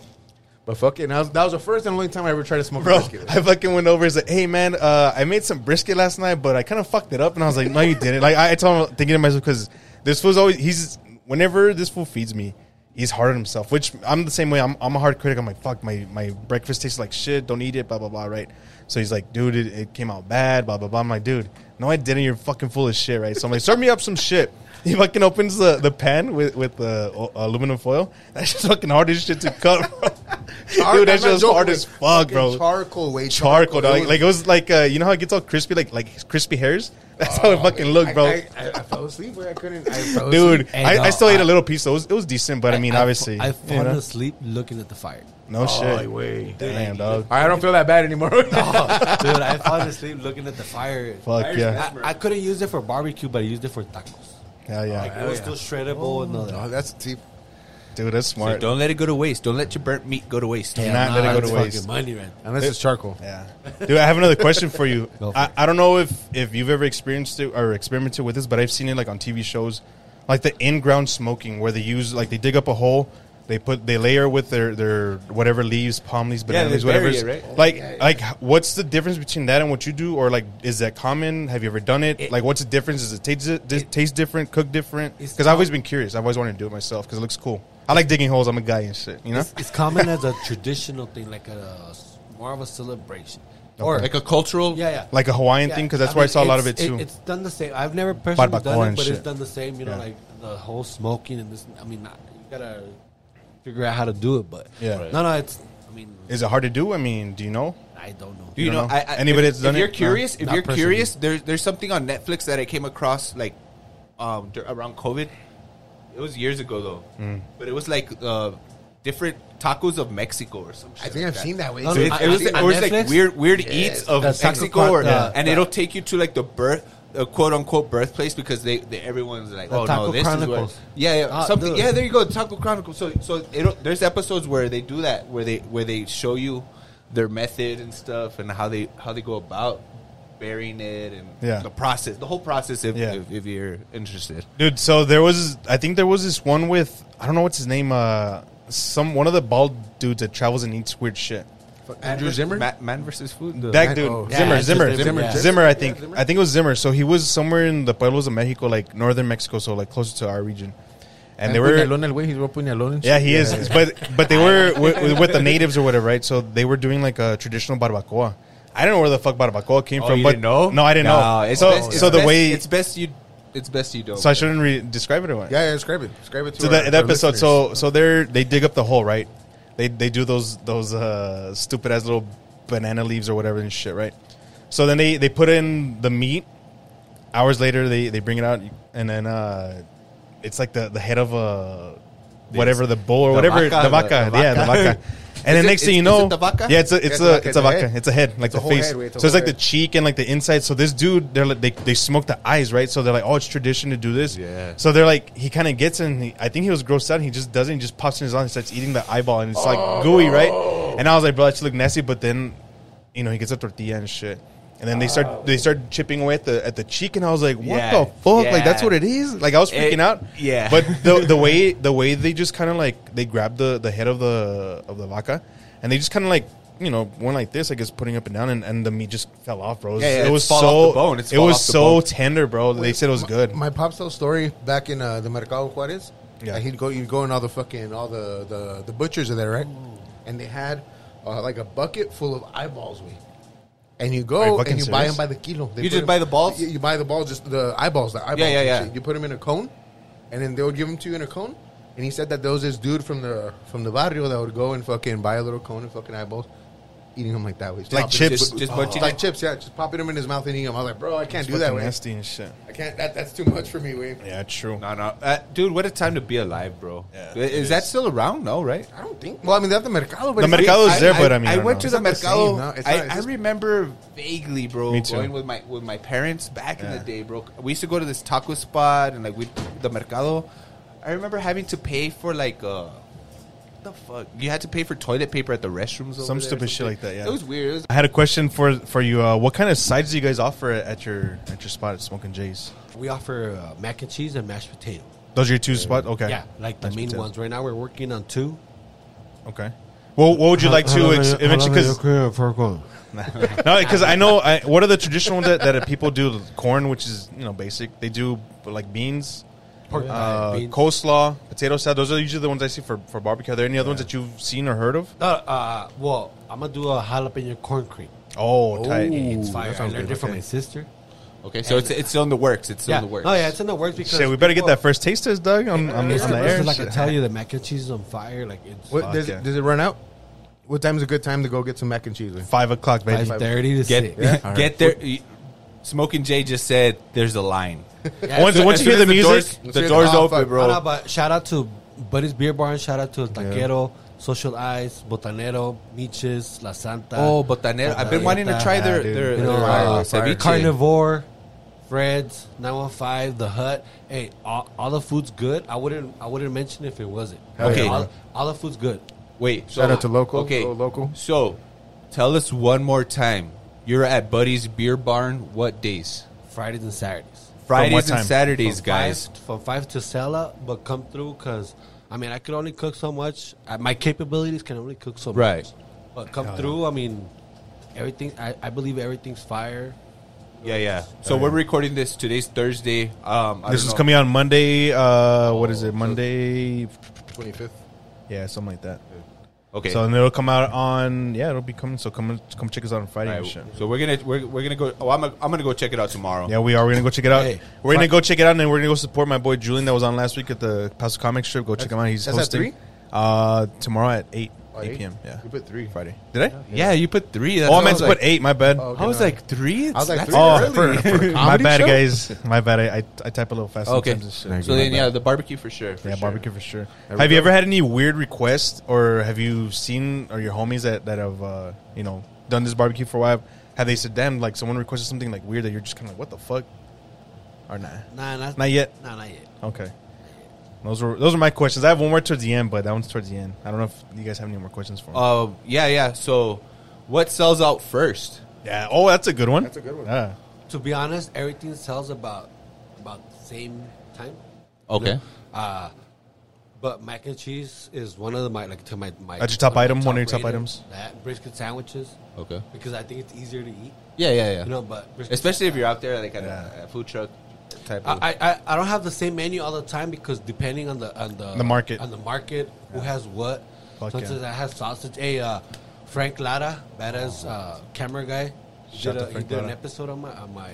S5: But fucking, that was, that was the first and only time I ever tried to smoke a
S3: Bro,
S5: brisket.
S3: I fucking went over. He's like, "Hey, man, uh, I made some brisket last night, but I kind of fucked it up." And I was like, "No, you didn't." Like, I, I told him, thinking to myself, because this fool's always he's whenever this fool feeds me, he's hard on himself. Which I'm the same way. I'm, I'm a hard critic. I'm like, "Fuck, my my breakfast tastes like shit. Don't eat it." Blah blah blah. Right. So he's like, "Dude, it, it came out bad." Blah blah blah. I'm like, "Dude, no, I didn't. You're fucking full of shit." Right. So I'm like, "Serve me up some shit." He fucking opens the, the pan with with the o- aluminum foil. That's just fucking hard as shit to cut. Bro.
S5: Char-
S3: Dude, that
S5: I'm not
S3: shit's
S5: joking,
S3: hard
S5: way.
S3: as fuck,
S5: Fucking
S3: bro
S5: Charcoal, way
S3: charcoal. dog.
S5: It
S3: Like,
S5: was-
S3: like it was like uh, you know how it gets all crispy, like like crispy hairs. That's how it fucking looked, bro.
S5: I, I, I fell asleep. Where I couldn't. I fell
S3: Dude,
S5: asleep.
S4: Hey,
S3: I, I
S4: dog,
S3: still ate
S4: I-
S3: a little piece. So it was, it was decent, but I, mean,
S4: I- I
S3: obviously,
S4: fa- I,
S3: you
S4: fall
S3: know?
S4: asleep looking at the fire.
S3: no shit.
S5: Oh, wait.
S3: Damn, dog.
S5: All right, I don't feel that bad anymore.
S4: Oh, Dude, I fall asleep looking at the fire.
S3: Fuck yeah,
S4: I, I couldn't use it for barbecue, but I used it for tacos.
S3: hell
S4: Like,
S3: Oh, yeah,
S4: it was still shreddable and all that.
S5: oh, that's deep.
S3: dude, that's
S2: So
S3: smart.
S2: don't let it go to waste. Don't let your burnt meat go to waste.
S3: Yeah. not let it go to
S4: fucking
S3: waste.
S4: Money, man.
S5: Unless it's charcoal.
S3: Yeah, dude, I have another question for you.
S4: Go for
S3: I,
S4: it.
S3: I don't know if if you've ever experienced it or experimented with this, but I've seen it like on TV shows, like the in ground smoking where they use like they dig up a hole. They put they layer with their, their whatever leaves, palm leaves, banana
S2: they
S3: leaves, whatever.
S2: bury
S3: is-
S2: it, right?
S3: Like like what's the difference between that and what you do, or like is that common? Have you ever done it? like what's the difference? Does it taste does it taste different, cook different?
S4: It's
S3: Because I've always been curious. I've always wanted to do it myself because it looks cool. I like digging holes. I'm a guy and shit. You know,
S4: It's, it's common as a traditional thing, like a s- more of a celebration. Or
S2: Like a cultural.
S4: yeah, yeah,
S3: like a Hawaiian
S4: Yeah,
S3: thing because that's where I
S4: mean,
S3: saw a lot of it
S4: it's-
S3: too.
S4: it's done the same. I've never personally
S3: Barbacoa
S4: done it,
S3: and
S4: but it's
S3: shit.
S4: done the same. You know,
S3: Yeah.
S4: like the whole smoking and this. I mean, I- you gotta figure out how to do it, but
S3: Yeah. Right.
S4: no, no, it's. I mean,
S3: Is it hard to do? I mean, do you know?
S4: I don't know.
S2: Do you,
S3: You
S2: know,
S3: don't know?
S2: I, I,
S3: Anybody
S2: if,
S3: that's done
S2: if you're
S3: it? No.
S2: curious, if
S4: Not
S2: you're
S4: personally.
S2: curious, there's there's something on Netflix that I came across like um, dur- around COVID. It was years ago though, but it was like uh, different tacos of Mexico or some. Shit
S5: I think
S2: like
S5: I've seen that way.
S4: No,
S2: So
S4: no,
S2: it,
S4: I-
S2: it was,
S4: I've seen
S2: it
S4: on
S2: was like
S4: Netflix.
S2: weird weird
S5: Yes,
S2: eats of
S4: that's taco
S2: Mexico,
S4: part,
S2: or,
S4: yeah,
S2: and
S4: yeah.
S2: it'll take you to like the birth. uh quote unquote birthplace because they, they everyone's like
S4: The
S2: oh
S4: Taco
S2: no this
S4: Chronicles.
S2: is where yeah yeah
S4: Ah,
S2: something
S4: dude.
S2: yeah there you go Taco Chronicles so so it'll, there's episodes where they do that where they where they show you their method and stuff and how they how they go about burying it and
S3: Yeah.
S2: the process the whole process if,
S3: Yeah.
S2: if, if you're interested
S3: dude. So there was, I think there was this one with I don't know what's his name. Uh, some one of the bald dudes that travels and eats weird shit.
S5: Andrew
S2: Man-
S5: Zimmer?
S2: man, man versus food the-
S3: That
S5: Man-
S3: dude,
S5: oh, yeah,
S3: Zimmer,
S4: that's
S3: Zimmer,
S4: just
S3: Zimmer,
S4: Zimmer, yeah.
S3: Zimmer. I think,
S5: Yeah, Zimmer.
S3: I think it was Zimmer. So he was somewhere in the pueblos of Mexico, like northern Mexico, so like closer to our region. And they were,
S5: Puñalón el güey. He's real puñalón and shit.
S3: yeah, he is. But but they were with, with the natives or whatever, right? So they were doing like a traditional barbacoa. I don't know where the fuck barbacoa came
S2: oh,
S3: from,
S2: you
S3: but
S2: didn't know
S3: no, I didn't know.
S2: it's
S3: so
S2: best- it's
S3: so the
S2: best-
S3: way,
S2: it's best you it's best you don't
S3: so I shouldn't re- describe it or what?
S5: Yeah, yeah, describe it. Describe it to
S3: So
S5: our-
S3: that,
S5: our
S3: that episode,
S5: listeners.
S3: so so they're they dig up the hole, right? They they do those those uh, stupid ass little banana leaves or whatever and shit, right? So then they they put in the meat. Hours later, they they bring it out, and then uh, it's like the the head of a whatever the bull or
S2: The
S3: whatever
S2: vaca,
S3: the
S2: the-
S3: vaca,
S2: the
S3: yeah, the
S2: vaca.
S3: vaca.
S2: Is
S3: And then
S2: it-
S3: next thing
S2: is-
S3: you
S2: is
S3: know,
S2: it the vaca?
S3: yeah, it's a it's a it's a
S5: vaca.
S3: vaca. It's a head, like
S5: a
S3: the
S5: whole
S3: face.
S5: head, wait, it's a
S3: so it's
S5: whole
S3: like the
S5: head.
S3: cheek and like the inside. So this dude, they're like, they they smoke the eyes, right? So they're like, oh, it's tradition to do this.
S2: Yeah.
S3: So they're like, he kind of gets it. And he, I think he was grossed out. And he just does it. He just pops in his arm and starts eating the eyeball, and it's like gooey, right? And I was like, bro, that should look nasty. But then, you know, he gets a tortilla and shit. And then they start they start chipping away at the at the cheek, and I was like, "What
S2: Yeah,
S3: the fuck? Like that's
S2: yeah.
S3: what it is." Like I was freaking
S2: It-
S3: out.
S2: yeah.
S3: But the the way the way they just kind of like they grabbed the the head of the of the vaca, and they just kind of like you know went like this, like it's putting up and down, and, and the meat just fell off, bro. It was,
S2: Yeah, yeah,
S3: it
S2: it's
S3: was
S2: fall
S3: so
S2: off the bone. It's
S3: it
S2: fall
S3: was
S2: off the
S3: so
S2: bone.
S3: tender, bro. They said it was good.
S5: My pops told story back in uh, the Mercado Juarez.
S3: Yeah.
S5: Yeah, he'd go, you'd go in all the fucking all the the, the butchers are there, right? And they had uh, like a bucket full of eyeballs, we. And you
S3: Are you
S5: go
S3: fucking
S5: and you buy
S3: serious?
S5: them by the kilo. They
S2: You
S5: put
S2: just
S5: 'em-
S2: buy the balls?
S5: You, you buy the balls, just the eyeballs, the eyeballs.
S2: Yeah, yeah,
S5: and
S2: yeah.
S5: shit. You put them in a cone, and then they would give them to you in a cone. And he said that there was this dude from the from the barrio that would go and fucking buy a little cone and fucking eyeballs, eating them like that way,
S3: Like chips?
S2: Just, just munching
S5: like chips, yeah, just popping them in his mouth and eating them. I was like, bro, I can't do that.
S3: Fucking
S5: way.
S3: nasty and shit.
S5: I can't. That, that's too much for me, Wayne.
S3: Yeah, true.
S2: No, no, uh, dude. What a time to be alive, bro.
S3: Yeah,
S2: is,
S3: it
S2: that
S3: is.
S2: still around? No, right?
S5: I don't think. Well, I mean, they have the mercado, but
S3: The
S5: it's-
S3: mercado is there, but I mean, I
S2: I
S3: don't
S2: went
S3: know.
S2: to
S3: It's
S2: the
S5: not the
S2: mercado.
S5: same, no. It's
S2: I,
S5: not- it's
S2: I
S5: just-
S2: remember vaguely, bro,
S3: Me too.
S2: going with my with my parents back in
S3: Yeah.
S2: the day, bro. We used to go to this taco spot and like we the mercado. I remember having to pay for like uh, what the fuck you had to pay for toilet paper at the restrooms. over
S3: Some
S2: there or
S3: stupid shit
S2: something.
S3: like that, yeah.
S2: it was weird. It was
S3: I had a question for for you. Uh, what kind of sides do you guys offer at your at your spot at Smoking J's?
S4: We offer uh, mac and cheese and mashed potato.
S3: Those are your two spots. Okay.
S4: Uh, Yeah, like the
S3: Mashed
S4: main
S3: potato.
S4: ones. Right now, we're working on two.
S3: Okay. Well, what would you like to ex- eventually? Because No, because I know. I, what are the traditional ones that, that people do? Corn, which is you know basic. They do like beans,
S4: Pork
S3: uh,
S4: beans.
S3: coleslaw, potato salad. Those are usually the ones I see for, for barbecue. Are there any other ones that you've seen or heard of?
S4: Uh, uh, well, I'm gonna do a jalapeno corn cream.
S3: Oh, tight.
S4: It's fire. I
S5: sounds
S4: learned
S5: good,
S4: it from
S5: okay.
S4: my sister.
S2: okay, so it's it's still in the works. It's still
S4: Yeah.
S2: in the works.
S4: Oh yeah, it's in the works because
S3: Shit, we better get that first taste test, Doug. On, on,
S4: It's
S3: on the air.
S4: like I tell you, the mac and cheese is on fire. Like it's
S5: What, does,
S3: Fuck, yeah.
S5: it, does it run out? What time's a good time to go get some mac and cheese? With?
S3: Five o'clock, baby.
S4: five thirty to
S2: get
S4: six.
S5: All right.
S2: get there. y- Smoking Jay just said there's a line.
S3: Once,
S2: So
S3: once
S2: as
S3: you
S2: soon
S3: hear the
S2: as
S3: music,
S2: doors,
S5: Let's
S2: the
S5: hear the
S2: doors
S5: hot
S2: open,
S5: fuck.
S4: Oh, no,
S2: bro.
S4: but shout out to Buddy's Beer Bar and shout out to El Taquero, Social Eyes, Botanero, Miches, La Santa.
S3: Uh,
S2: Oh, botanero! I've been wanting to try their
S3: dude.
S2: their,
S4: you know,
S2: their,
S4: uh,
S2: uh, ceviche.
S4: Carnivore, Fred's, 915, The Hut. Hey, all, all the food's good. I wouldn't I wouldn't mention if it wasn't.
S2: Okay.
S4: All, all the food's good.
S2: Wait,
S5: Shout out to local,
S2: Okay,
S5: go local.
S2: So, tell us one more time. You're at Buddy's Beer Barn. What days?
S4: Fridays and Saturdays.
S3: what
S2: Fridays
S3: time?
S2: and Saturdays,
S4: From
S2: guys.
S4: Five, from 5 to Sella, but come through because, I mean, I could only cook so much. Uh, my capabilities can only cook so
S2: Right.
S4: much. But come through, I mean, everything, I, I believe everything's fire.
S2: Yeah, yeah. So we're recording this. Today's Thursday. Um, I
S3: this
S2: don't
S3: is
S2: know.
S3: coming out Monday. Uh, what is it? Monday.
S5: Twenty fifth.
S3: Yeah, something like that.
S2: Okay.
S3: So and it'll come out on. Yeah, it'll be coming. So come come check us out on Friday.
S2: All
S3: and
S2: right,
S3: shit.
S2: so we're gonna we're, we're gonna go. Oh, I'm a, I'm gonna go check it out tomorrow.
S3: Yeah, we are. We're gonna go check it out.
S4: Hey.
S3: we're gonna go check it out, and then we're gonna go support my boy Julian that was on last week at the Paso Comic Strip. Go check him out. He's
S5: that's at
S3: hosting
S5: three?
S3: Uh, tomorrow at eight,
S5: Oh,
S3: 8
S5: eight?
S3: p.m. Yeah,
S5: You put three.
S3: Friday. Did I?
S2: Yeah, you put three. That's
S3: oh, I
S2: what
S3: meant
S2: was
S3: to
S2: like-
S3: put eight. My bad.
S5: Oh, okay.
S2: I was like three.
S5: I was like,
S2: That's
S5: three
S2: early.
S5: Oh, for- for
S3: my
S5: a comedy
S3: bad,
S5: show?
S3: guys. My bad. I, I I type a little fast
S2: Okay.
S3: sometimes. and shit.
S2: So then,
S3: My
S2: yeah,
S3: bad.
S2: the barbecue for sure. for
S3: yeah,
S2: sure.
S3: barbecue for sure.
S5: There we
S3: Have you
S5: go.
S3: ever had any weird requests, or have you seen or your homies that that have uh, you know done this barbecue for a while? Have they said, "Damn, like someone requested something like weird that you're just kind of like, what the fuck," or not?
S4: Nah, not,
S3: Not yet.
S4: Nah, not yet.
S3: Okay. Those were those are my questions. I have one more towards the end, but that one's towards the end. I don't know if you guys have any more questions for me.
S2: Um, yeah, yeah. So, what sells out first?
S3: yeah. Oh, that's a good one. Ah,
S5: That's a good one.
S3: Yeah.
S4: To be honest, everything sells about about the same time.
S2: Okay.
S4: No. Uh, but mac and cheese is one of the, my like to my, my
S3: That's your top
S4: my
S3: item? One of your top
S4: rated.
S3: items?
S4: That brisket sandwiches.
S2: Okay.
S4: Because I think it's easier to eat.
S2: Yeah, yeah, yeah.
S4: You know, but brisket
S2: Especially if you're out there like at
S3: Yeah.
S2: a, a food truck type. of,
S4: I, I- I, I don't have the same menu all the time because depending on the on the,
S3: The market.
S4: on the market who has what.
S3: Fuck yeah.
S4: Sometimes I have sausage. Hey, uh, Frank Lara, badass uh, camera guy, he
S3: Shout out
S4: did, a,
S3: to
S4: he
S3: Frank
S4: did an
S3: Lara.
S4: episode on my on my.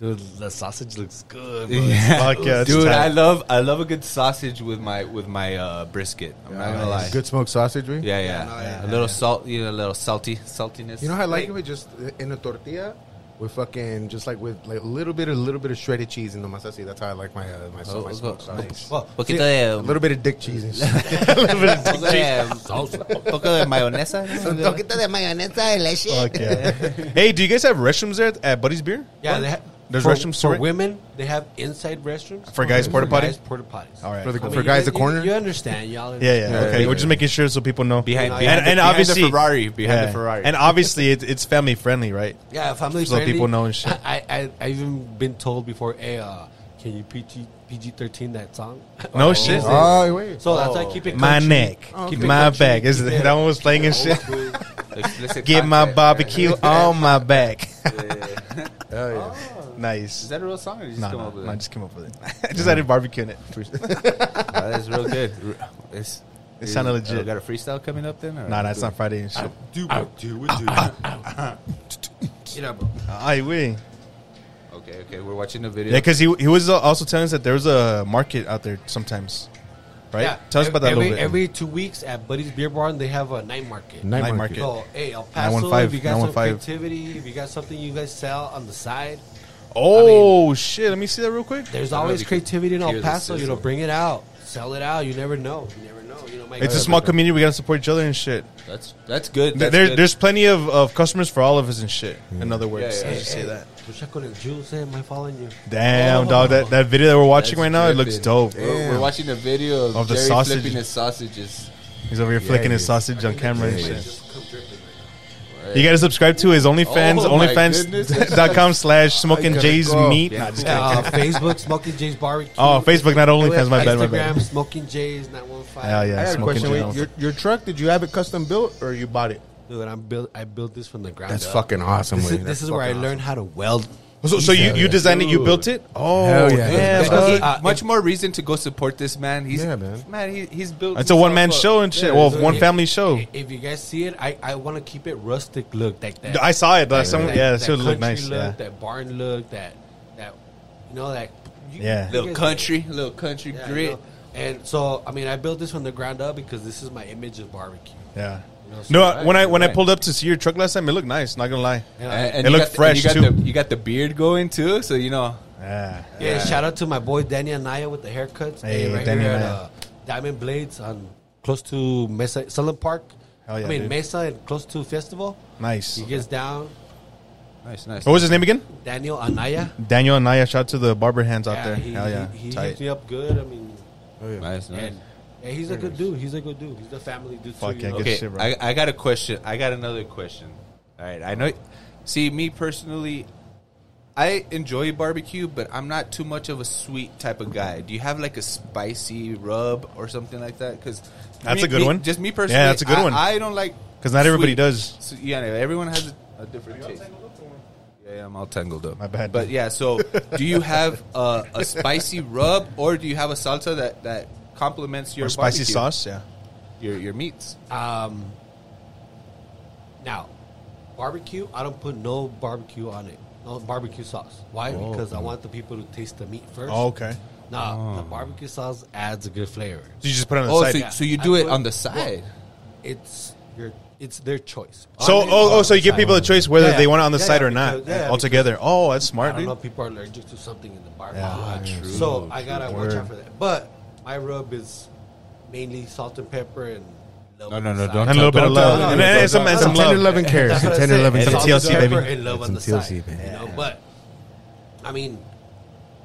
S4: Dude, the sausage looks good. Bro.
S3: Fuck yeah, it's
S2: dude,
S3: tight.
S2: I love I love a good sausage with my with my uh, brisket. I'm not gonna lie.
S5: Good smoked sausage, we.
S2: Yeah, yeah.
S4: no, yeah,
S2: a little salt, you know, a little salty saltiness.
S5: You know how I like it with just in a tortilla, with fucking just like with like a little bit, a little bit of shredded cheese in the masasi. That's how I like my uh, my, so- my smoked sausage.
S2: Oh,
S4: Well,
S6: Poquito de,
S5: A little bit of dick cheese. And shit.
S6: poco de, poco de mayonesa. ¿no?
S3: Fuck yeah. hey, do you guys have restrooms there at- at Buddy's Beer?
S4: yeah, they ha-
S3: There's
S4: for,
S3: restrooms
S4: for
S3: for it?
S4: women. They have inside restrooms
S3: For guys, porta potty?
S4: guys, porta potties.
S3: All right.
S5: For the-
S3: cool.
S4: I mean,
S5: for
S4: you
S5: guys,
S4: guys-
S5: the
S4: you-
S5: corner?
S4: You understand, y'all?
S3: Yeah, yeah. okay, we're just making sure so people know.
S2: behind,
S4: Yeah.
S2: behind,
S3: And- and
S2: the,
S3: obviously-
S2: behind the Ferrari, behind the Ferrari.
S3: And obviously, it, it's family friendly, right?
S4: Yeah, family
S3: So
S4: friendly.
S3: people know and shit.
S4: I, I, I even been told before, hey, uh, can you PG PG thirteen that song?
S3: No shit.
S5: oh wait,
S4: So that's why I keep it
S3: My
S4: country.
S3: neck,
S2: Oh,
S4: Keep it
S3: my
S4: country,
S3: back. Is
S4: keep
S3: it,
S4: it-
S3: that one was playing and shit?
S2: Explicit
S3: Get my
S2: content.
S3: barbecue on my back.
S5: oh yeah.
S3: nice.
S2: Is that a real song or did you just
S3: no,
S2: come
S3: no,
S2: up with
S3: no, I
S2: that?
S3: just came up with it. I just added barbecue in it.
S2: Ah, that's real good. It's,
S3: It sounded
S2: you-
S3: legit.
S2: uh, got a freestyle coming up then? Or
S3: nah, that's not Friday and shit.
S4: Do what? Do what? Do You know, bro.
S3: I we.
S2: Okay, okay. We're watching the video.
S3: Yeah, because he, he was uh, also telling us that there was a market out there sometimes, right?
S4: Yeah.
S3: Tell us about that
S4: every,
S3: a little bit.
S4: Every two weeks at Buddy's Beer Barn, they have a night market.
S5: Night,
S3: Night
S5: market.
S3: market.
S4: So, hey, El Paso,
S3: 915,
S4: if you got some
S3: 915.
S4: creativity, if you got something you guys sell on the side,
S3: oh shit! Let me see that real quick.
S4: there's
S2: I know
S4: always
S2: they could
S4: creativity in El
S2: hear the
S4: Paso. You know,
S2: sizzle.
S4: bring it out, sell it out. You never know. You never know. You know, my
S3: It's a small community. We gotta support each other and shit.
S2: That's that's good. That's
S3: There,
S2: good.
S3: there's plenty of, of customers for all of us and shit. In other words,
S2: Yeah, yeah.
S3: Let's just say that.
S4: Pues ya con el juice, eh? Am I following you?
S3: Damn, dog, that, that video that we're watching right now, it looks dope.
S2: We're, we're watching a video of,
S3: Of the
S2: Jerry
S3: sausage.
S2: flipping his sausages.
S3: He's over here flicking his sausage on camera and
S5: yeah, yeah.
S3: shit. You gotta subscribe to his OnlyFans,
S2: Oh, my goodness.
S3: OnlyFans.com slash Smoking
S5: gotta
S3: Jay's
S5: go.
S3: Meat. Nah, just
S4: Yeah,
S3: kidding.
S4: uh, Facebook, Smoking Jay's Barbecue.
S3: Oh, Facebook, not OnlyFans. My bad, my
S4: Instagram,
S3: bad.
S4: Smoking Jay's 915.
S3: Hell
S5: I
S3: yeah,
S5: got a
S3: Smoking
S5: question.
S3: Jay's.
S5: Wait, your, your truck? Did you have it custom built or you bought it?
S4: Dude, I'm built, I built this from the ground
S5: That's
S4: up.
S5: fucking awesome.
S4: This
S5: Wayne.
S4: is,
S5: That's
S4: this is where I
S5: fucking awesome.
S4: learned how to weld.
S3: So, so you, you designed it, you built it? Oh,
S5: Hell yeah.
S3: damn,
S5: That's
S3: dog.
S4: because, uh,
S2: Much more reason to go support this man. He's
S5: Yeah, man.
S2: he, he's built.
S3: It's a one man
S2: himself
S3: show
S2: up.
S3: and shit. Well,
S4: so
S3: one
S4: if-
S3: family show.
S4: If you guys see it, I, I want to keep it rustic look like that.
S3: I saw it last time.
S4: that,
S3: Yeah,
S4: that
S3: it should look
S4: country
S3: nice.
S4: Look,
S3: Yeah.
S4: That barn look. That that you know that you-
S3: Yeah.
S4: you
S2: Little
S4: guys-
S2: country, little country
S4: yeah, you
S2: grit.
S4: know. And so I mean, I built this from the ground up because this is my image of barbecue.
S3: Yeah.
S4: know, so
S3: No,
S2: right,
S3: when I when I
S2: right.
S3: pulled up to see your truck last time, it looked nice. Not gonna lie.
S4: You know?
S2: And,
S3: It
S2: you got
S3: looked
S2: the- and
S3: fresh,
S2: you got
S3: too.
S2: The, you got the beard going too, so you know.
S3: Yeah.
S4: yeah, shout out to my boy Danny Anaya with the haircuts.
S3: Hey,
S4: right
S3: Danny
S4: here at,
S3: Anaya.
S4: uh, Diamond Blades on close to Mesa Sullen Park.
S3: Hell yeah,
S4: I mean
S3: dude.
S4: Mesa and close to Festival.
S3: Nice.
S4: He gets down.
S2: Nice, nice.
S3: What was his name again?
S4: Daniel Anaya.
S3: Daniel and Naya. Shout out to the barber hands out there.
S4: He,
S3: Hell yeah.
S4: he, he
S3: Tight.
S4: hooked me up good. I mean,
S2: nice, nice.
S4: and, and he's a good dude. He's a good dude. He's a family dude.
S3: Fuck
S4: too,
S3: yeah,
S4: you know?
S3: good
S2: Okay,
S3: shit, bro.
S2: I, I got a question. I got another question. All right, I know. See, me personally, I enjoy barbecue, but I'm not too much of a sweet type of guy. Do you have like a spicy rub or something like that? Because
S3: That's a good one.
S2: Just me personally,
S3: Yeah, that's a good
S2: I-
S3: one.
S2: I don't like
S3: 'Cause not everybody
S2: sweet.
S3: does.
S2: So, yeah, everyone has a, a different taste. Yeah, yeah, I'm all tangled up.
S3: My bad.
S2: But yeah, so do you have a, a spicy rub or do you have a salsa that that complements your
S3: Or spicy
S2: barbecue?
S3: sauce. Yeah.
S2: your your meats?
S4: Um, now, barbecue. I don't put no barbecue on it. No barbecue sauce. Why? Because I want the people to taste the meat first.
S3: Oh, okay. Oh.
S4: Nah, the barbecue sauce adds a good flavor.
S3: So you just put it on the
S2: Oh,
S3: side.
S2: so,
S3: So,
S2: so you do
S4: I
S2: it
S4: put-
S2: on the side.
S4: It's your. It's their choice.
S3: oh, oh, so you give people the choice whether
S4: Yeah,
S3: they
S4: yeah.
S3: want it on the
S4: Yeah,
S3: side
S4: yeah,
S3: or not
S4: because- yeah,
S3: altogether. Oh, that's
S4: I
S3: smart,
S4: don't
S3: dude.
S4: know if people are allergic to something in the barbecue.
S3: Yeah. Ah,
S2: true,
S4: so I gotta watch
S3: Word.
S4: out for that. But my rub is mainly salt and pepper and. a little
S2: No,
S4: bit
S2: no,
S4: of
S2: no,
S4: side.
S2: don't
S3: And a little bit of
S2: Don't- don't-
S3: love.
S2: don't-
S3: And and some and
S5: It's
S3: some
S5: some tender
S3: love.
S5: loving care.
S4: That's
S5: Some
S4: what I
S5: tender
S4: said.
S5: loving
S4: And
S5: care.
S4: salt
S3: TLC,
S4: and
S3: baby.
S4: pepper And love
S5: It's
S4: on the
S5: some TLC,
S4: side.
S5: baby.
S4: You know, but I mean,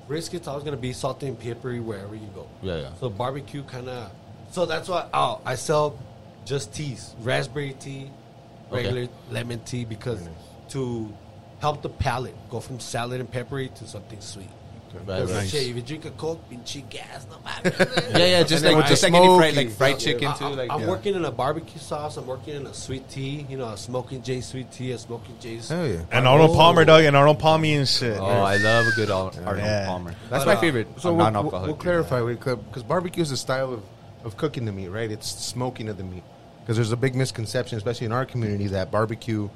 S4: brisket's always gonna be salty and peppery wherever you go.
S2: Yeah, yeah.
S4: So barbecue kind of. So that's why oh, I sell just teas, raspberry tea, regular lemon tea, because to help the palate go from salad and peppery to something sweet. Because
S2: right.
S4: shit, if you drink a coke, pinche gas, no matter.
S2: Yeah, yeah, just
S5: then
S2: like
S5: with
S2: with
S5: the
S2: just like any fried
S5: smoky
S2: like fried
S5: stuff.
S2: chicken
S4: I-
S2: too.
S4: I'm,
S2: Like
S4: I'm
S2: yeah.
S4: working in a barbecue sauce. I'm working in a sweet tea. You know, a smoking J sweet tea, a smoking J.
S5: Hell yeah.
S3: And Arnold Palmer, dog, and Arnold Palmy and shit.
S2: Oh, I love a good Ar- Arnold
S3: Yeah.
S2: Palmer. That's
S4: But,
S2: my
S4: uh,
S2: favorite.
S5: So
S2: uh,
S5: we'll, we'll,
S2: non-alcoholic
S5: we'll
S2: drink.
S5: clarify because barbecue is a style of, of cooking the meat, right? It's smoking of the meat. Because there's a big misconception, especially in our community, that barbecue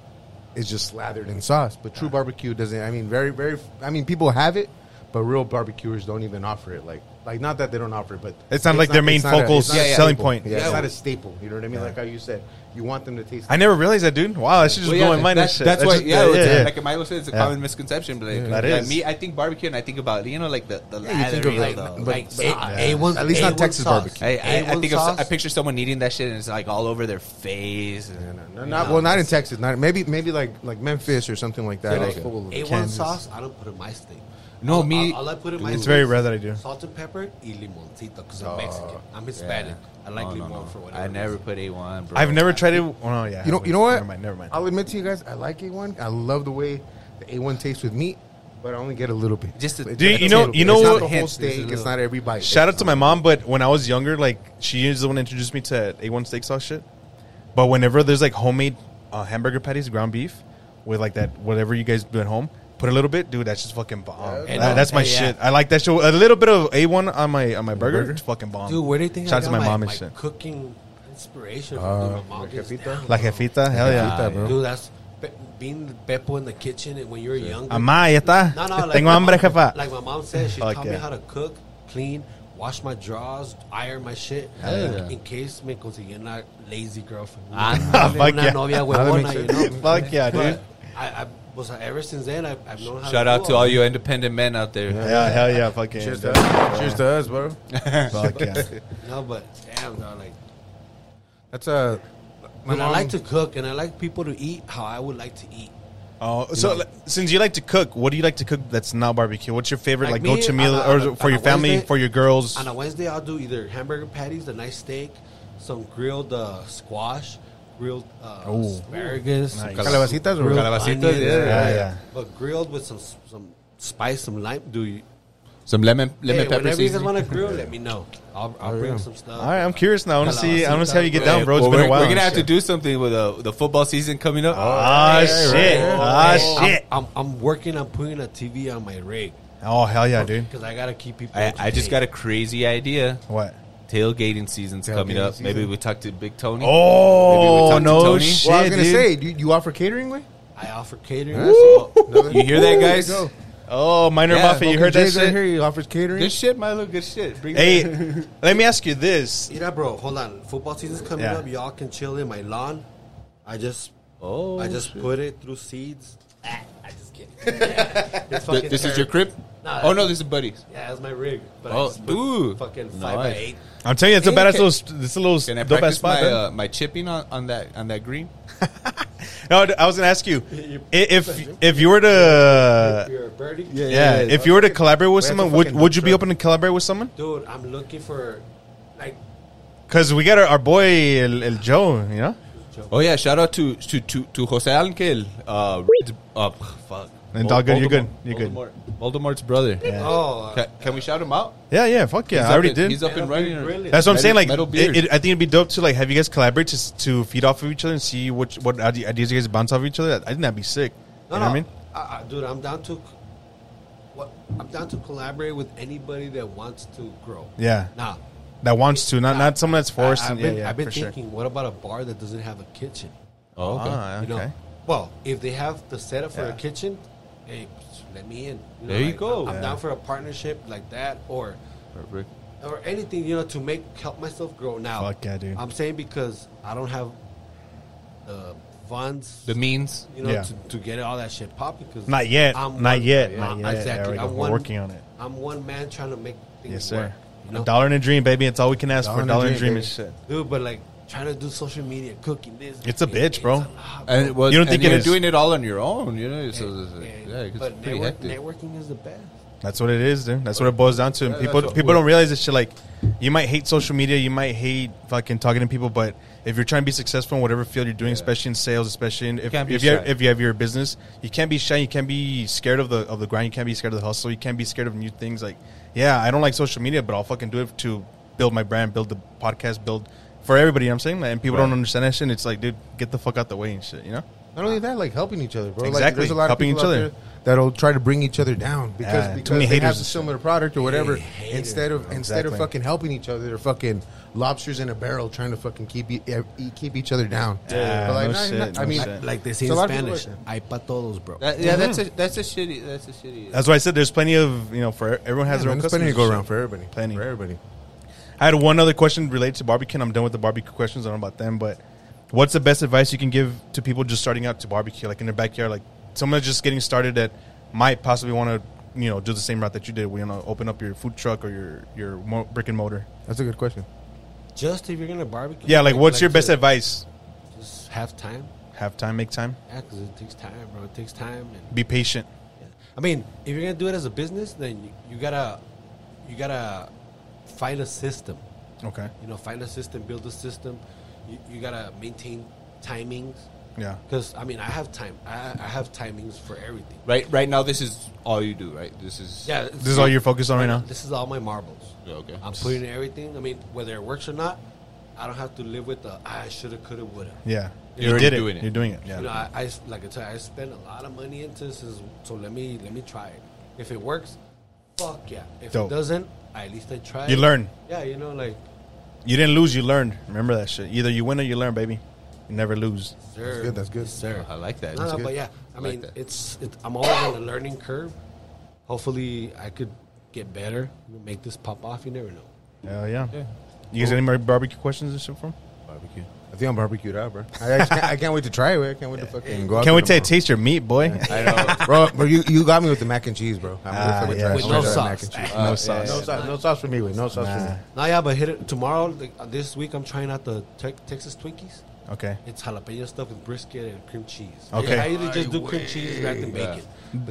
S5: is just slathered in sauce. But true barbecue doesn't. I mean, very, very. I mean, people have it, but real barbecuers don't even offer it. Like, Like, not that they don't offer it, but
S3: It's not like their main
S5: it's not a-
S3: focal
S5: it's not a
S2: Yeah, yeah.
S3: selling
S5: staple.
S3: point.
S5: Yeah,
S2: Yeah.
S5: it's not a staple. You know what I mean? Like how you said, you want them to taste.
S3: I never realized that, dude. Wow, that should just
S2: Well,
S3: blow
S2: yeah,
S3: my mind. and
S2: that's-
S3: shit.
S2: That's
S3: That
S2: what,
S3: just-
S2: yeah, it's
S3: yeah.
S2: like Milo said, it's a
S3: Yeah.
S2: common misconception. But like,
S3: That
S2: like
S3: is.
S2: me, I think barbecue, and I think about you know, like the the
S5: Yeah, you think
S2: lathering
S5: of,
S2: of
S5: like,
S2: the- like,
S5: but- but-
S2: it-
S5: yeah.
S4: A1,
S5: At least not
S4: A1
S5: Texas
S4: sauce.
S5: barbecue.
S2: I, I, I
S4: A1
S2: think of,
S4: sauce.
S2: I picture someone eating that shit and it's like all over their face. And,
S5: No, not, well, not in Texas. Not maybe, maybe like like Memphis or something like that.
S2: Yeah,
S5: It's
S2: okay.
S5: full of
S4: A1
S5: Kansas.
S4: sauce, I don't put in my steak.
S2: No,
S4: all,
S2: me-
S4: All, all I put in my
S3: It's
S4: steak
S3: very
S4: is
S3: rare that I do.
S4: Salt and pepper y limoncito, because I'm Mexican. I'm Hispanic. I like
S2: Oh, no,
S4: limon
S2: no.
S4: for whatever.
S2: I never
S4: reason.
S2: put a one. Bro.
S3: I've never tried it. Oh, no, yeah.
S5: You know,
S3: wait,
S5: you know what?
S3: Never mind. Never mind.
S5: I'll admit to you guys, I like A1. I love the way the A1 tastes with meat, but I only get a little bit.
S2: Just a-
S5: It's
S2: Do you-
S5: just a
S2: you know-
S5: little
S3: you
S5: bit.
S3: know
S5: it's
S3: what-
S5: not the whole
S2: Hence,
S5: steak.
S2: this is
S5: It's
S2: a-
S5: not every bite.
S3: Shout out to my mom, but when I was younger, like she is the one that introduced me to A1 steak sauce shit. But whenever there's like homemade uh, hamburger patties, ground beef with like that whatever you guys do at home, put a little bit, dude. That's just fucking bomb.
S4: Yeah.
S3: That- that's my
S4: Yeah.
S3: shit. I like that shit. A little bit of A1 on my on my burger, it's fucking bomb.
S4: Dude, where do you think
S3: Shout
S4: I
S3: out
S4: got
S3: to my, mom and
S4: my
S3: shit.
S4: cooking inspiration from?
S2: Uh,
S4: dude, my mom
S5: Like
S4: gets
S5: Capita?
S3: La jefita, hell yeah.
S5: Capita, bro.
S4: Dude, that's pe- being the Beppo in the kitchen and when you're younger.
S3: Amá, ya está.
S4: No, no, like
S3: Tengo
S4: my
S3: hambre,
S4: mom-
S3: jefa.
S4: Like my mom said, she
S3: Fuck
S4: taught me
S3: yeah.
S4: how to cook, clean, wash my drawers, iron my shit. In case me conseguí una lazy girlfriend.
S3: Ah, fuck
S4: una
S3: yeah.
S4: novia
S5: that makes
S4: huevona, you know.
S5: sense.
S3: Fuck yeah, dude.
S4: But I, I was ever since then. I, I've known how.
S2: Shout
S4: to
S2: out
S4: do
S2: to all you independent men out there.
S3: Yeah, hell yeah, fucking.
S5: Cheers to us. Cheers to us, bro.
S3: Fuck yeah.
S4: No, but damn, no, like.
S5: That's
S3: uh,
S5: a.
S4: But I like to cook, and I like people to eat how I would like to eat.
S3: Oh, so like, since you like to cook, what do you like to cook that's not barbecue? What's your favorite like,
S4: Like
S3: go-to
S4: me,
S3: meal
S4: on a- on
S3: or
S4: a-
S3: for
S4: on
S3: your
S4: a
S3: family,
S4: Wednesday-
S3: for your girls?
S4: On a Wednesday, I'll do either hamburger patties, a nice steak, some grilled uh, squash, grilled uh,
S3: Ooh.
S4: asparagus,
S3: Nice.
S5: Calabacitas, bro.
S4: grilled
S2: Calabacitas,
S4: onions,
S2: yeah,
S3: yeah, yeah.
S4: But grilled with some some spice, some lime. Do you?
S2: Some lemon lemon
S4: Hey,
S2: pepper
S4: whenever you guys
S2: seasoning.
S4: want to grill, let me know. I'll, I'll bring some stuff.
S3: All right, I'm curious now. I want to see. I want to see how you get
S4: Calabacita,
S3: down, bro. It's
S2: Well,
S3: been
S2: we're,
S3: a while.
S2: we're gonna have to
S3: Shit.
S2: do something with uh, the football season coming up.
S3: Ah shit!
S4: Oh,
S3: Ah
S4: hey, I'm-
S3: shit!
S4: I'm, I'm working on putting a TV on my rig
S3: Oh hell yeah, dude!
S4: because I gotta keep people.
S2: I, I just got a crazy idea.
S3: What?
S2: Tailgating season's coming
S5: Tailgating
S2: up. Maybe
S5: season.
S2: we talk to Big Tony.
S3: Oh
S2: talk to
S3: no
S2: Tony?
S3: shit,
S5: Well, I was gonna
S3: dude.
S5: say, do you, you offer catering, way?
S4: I offer catering.
S2: You hear that, guys?
S5: Go.
S3: Oh, minor
S2: Yeah,
S3: Buffett, you heard that
S5: Jay's right here.
S3: shit?
S5: He offers catering.
S2: Good shit, Milo. Good shit. Bring that-
S3: Hey, let me ask you this.
S4: Yeah, bro. Hold on. Football season's coming
S3: Yeah.
S4: up. Y'all can chill in my lawn. I just,
S2: Oh,
S4: I just
S2: shit.
S4: put it through seeds. Ah, I just kidding. It's
S2: Th-
S4: fucking
S2: this is
S4: terrible.
S2: your crib.
S4: Nah,
S2: oh no, this is buddies.
S4: Yeah, that's my rig. But
S2: Oh,
S4: I just put
S2: ooh.
S4: fucking five
S2: Nice.
S4: by eight.
S3: I'm telling you, it's a
S2: Hey,
S3: badass
S2: can-
S3: little. st- It's a little
S2: Can I
S3: dope
S2: practice
S3: ass spot.
S2: my
S3: man.
S2: uh, my chipping on, on that on that green?
S3: No, I was gonna ask you i- if if you were to
S4: You're a birdie.
S3: yeah if you were to collaborate with
S5: We have
S3: someone,
S5: to
S3: would
S5: fucking
S3: would you be
S5: truck.
S3: open to collaborate with someone?
S4: dude, I'm looking for, like,
S3: Because we got our, our boy El, El Joe, you know,
S2: Oh yeah, shout out to to to, to Jose Ankel. Uh, uh, fuck.
S3: And
S2: Vol-
S3: dog good, you're good,
S2: Voldemort-
S3: you're good.
S2: Voldemort, Voldemort's brother.
S3: Uh,
S4: oh,
S2: Ca- can we shout him out?
S3: Yeah, yeah, fuck yeah,
S2: He's
S3: I
S2: up
S3: already
S2: in-
S3: did.
S2: He's up and
S4: Metal
S2: running.
S4: Beard, really?
S3: That's what
S2: Metal-
S3: I'm saying. Like,
S2: Metal
S3: it,
S2: Beard.
S3: it, I think it'd be dope to like have you guys collaborate to s- to feed off of each other and see which what ide- ideas you guys bounce off each other. I think that'd be sick.
S4: no,
S3: you
S4: no,
S3: know what I mean?
S4: I, I, dude, I'm down to, c- what? I'm down to collaborate with anybody that wants to grow.
S3: Yeah,
S4: Now,
S3: that wants to, not not someone that's forced.
S4: I,
S3: and,
S4: have
S3: yeah,
S4: been,
S3: yeah,
S4: I've been
S3: for sure.
S4: thinking, what about a bar that doesn't have a kitchen?
S2: oh, okay.
S3: Ah,
S4: You know,
S3: okay.
S4: well, if they have the setup for
S3: Yeah.
S4: a kitchen, hey, let me in. know,
S2: There you
S4: like,
S2: go.
S4: I'm
S2: Yeah.
S4: down for a partnership like that, or
S2: Perfect.
S4: or anything you know to make help myself grow. Now,
S3: Fuck yeah, dude.
S4: I'm saying because I don't have the funds,
S2: The means.
S4: you know,
S3: Yeah.
S4: to, to get all that shit popping. Because
S3: Not yet. Not yet.
S4: nah,
S3: Not yet. There
S4: Exactly.
S3: we go.
S4: I'm
S3: We're
S4: one,
S3: working on it.
S4: I'm one man trying to make things
S3: Yes, sir.
S4: work. You know?
S3: A dollar and a dream, baby. It's all we can ask
S5: Dollar
S3: for.
S5: and a
S3: Dollar and a
S5: dream,
S3: dream and
S5: baby.
S3: shit.
S4: dude, but like trying to do social media, cooking this.
S3: It's a
S4: cooking that,
S3: bitch, bro.
S4: it's a lot, bro.
S2: And it was,
S3: You
S2: you
S3: don't
S2: don't
S3: think it
S2: you're
S3: is-
S2: doing it all on your own, you know? So, it's-
S4: Yeah,
S2: yeah, it's
S4: but
S2: pretty
S4: network,
S2: hectic.
S4: networking is the best.
S3: That's what it is, dude. That's what it boils down to. And
S2: Yeah,
S3: people
S2: that's what-
S3: people don't realize this shit. Like, you might hate social media, you might hate fucking talking to people, but if you're trying to be successful in whatever field you're doing, especially in sales, especially in, if
S2: can't be
S3: if you, have,
S2: shy.
S3: if you have your business, you can't be shy. You can't be scared of the of the grind. You can't be scared of the hustle. You can't be scared of new things. Like, yeah, I don't like social media, but I'll fucking do it to build my brand, build the podcast, build for everybody. You know what I'm saying, and people don't understand that shit. And it's like, dude, get the fuck out the way and shit. You know.
S5: Not only that, like helping each other, bro.
S3: Exactly,
S5: Like, there's a lot
S3: helping
S5: of people
S3: each
S5: out
S3: other.
S5: there that'll try to bring each other down because,
S3: Yeah, too
S5: because
S3: many
S5: they have
S3: haters
S5: a
S3: and
S5: similar product or whatever.
S4: hater,
S5: Instead of instead of
S3: Exactly.
S5: fucking helping each other, they're fucking lobsters in a barrel trying to fucking keep e- e- keep each other down.
S3: Yeah,
S5: But, like,
S3: no
S5: nah,
S3: shit,
S5: nah, I
S3: no
S5: mean,
S3: shit.
S4: Like they say
S5: So a
S4: in
S5: lot of people
S4: Spanish,
S5: are-
S4: hay pa todos, bro.
S2: That, yeah, that's
S3: Mm-hmm.
S2: a that's a shitty that's a shitty. uh,
S3: That's why I said there's plenty of you know for everyone has their
S5: yeah, man,
S3: own
S5: there's
S3: customers.
S5: plenty to go
S3: and
S5: around
S3: shit.
S5: for everybody.
S3: Plenty.
S5: for everybody.
S3: I had one other question related to barbecue. and I'm done with the barbecue questions. I don't know about them, but what's the best advice you can give to people just starting out to barbecue, like in their backyard, like someone that's just getting started that might possibly want to, you know, do the same route that you did. We want to open up your food truck or your your mo- brick and mortar.
S5: That's a good question.
S4: Just if you're gonna barbecue.
S3: Yeah, like what's your best
S4: to
S3: advice?
S4: Just have time.
S3: Have time, make time,
S4: Yeah, because it takes time, bro. It takes time. And,
S3: be patient.
S4: yeah. I mean, if you're gonna do it as a business, then you, you gotta, you gotta find a system.
S3: Okay.
S4: You know, find a system, build a system. You, you gotta maintain timings.
S3: Yeah.
S4: Because I mean, I have time. I, I have timings for everything.
S2: Right right now, this is all you do. Right, this is
S4: Yeah,
S3: This is all you're focused on right now?
S4: This is all my marbles.
S2: Yeah, okay.
S4: I'm putting everything. I mean, whether it works or not, I don't have to live with the I shoulda, coulda, woulda.
S3: Yeah.
S2: You're already
S3: did
S2: doing it.
S3: You're doing it. Yeah.
S4: You know, I, I s- like I said, I spent a lot of money into this, is- so let me let me try it. If it works, fuck yeah. If
S3: Dope.
S4: it doesn't, at least I tried.
S3: You learn.
S4: Yeah, you know, like
S3: You didn't lose. You learned. Remember that shit. Either you win or you learn, baby. You never lose.
S4: sir,
S5: good, that's good.
S4: yes, sir.
S2: I like that.
S4: No,
S2: That's
S4: no,
S2: good.
S4: but yeah, I
S2: I like
S4: mean,
S2: that.
S4: it's it, I'm always on the learning curve. Hopefully, I could get better, you know, make this pop off. You never know.
S3: Hell yeah. You guys got any more barbecue questions and shit from?
S2: barbecue.
S5: I think I'm barbecued out, bro. I, I, can't, I can't wait to try it. Way. I can't wait to fucking go. out
S3: Can't wait
S5: there
S3: to taste your meat, boy.
S2: I know.
S5: tomorrow. bro. Bro, you, you got me with the mac and cheese, bro.
S3: Ah,
S5: I'm gonna fucking
S3: yeah.
S5: try it.
S4: With
S5: I'm gonna
S4: no
S5: try that
S4: sauce.
S5: mac and cheese.
S3: no sauce. Ah,
S5: No sauce, no sauce for me. Wait, no sauce for
S3: Nah.
S5: me.
S4: Nah, yeah, but hit it tomorrow. Like, uh, this week, I'm trying out the te- Texas Twinkies.
S3: Okay.
S4: It's jalapeno stuff with brisket and cream cheese.
S3: Okay.
S4: I usually just do cream cheese wrapped in bacon.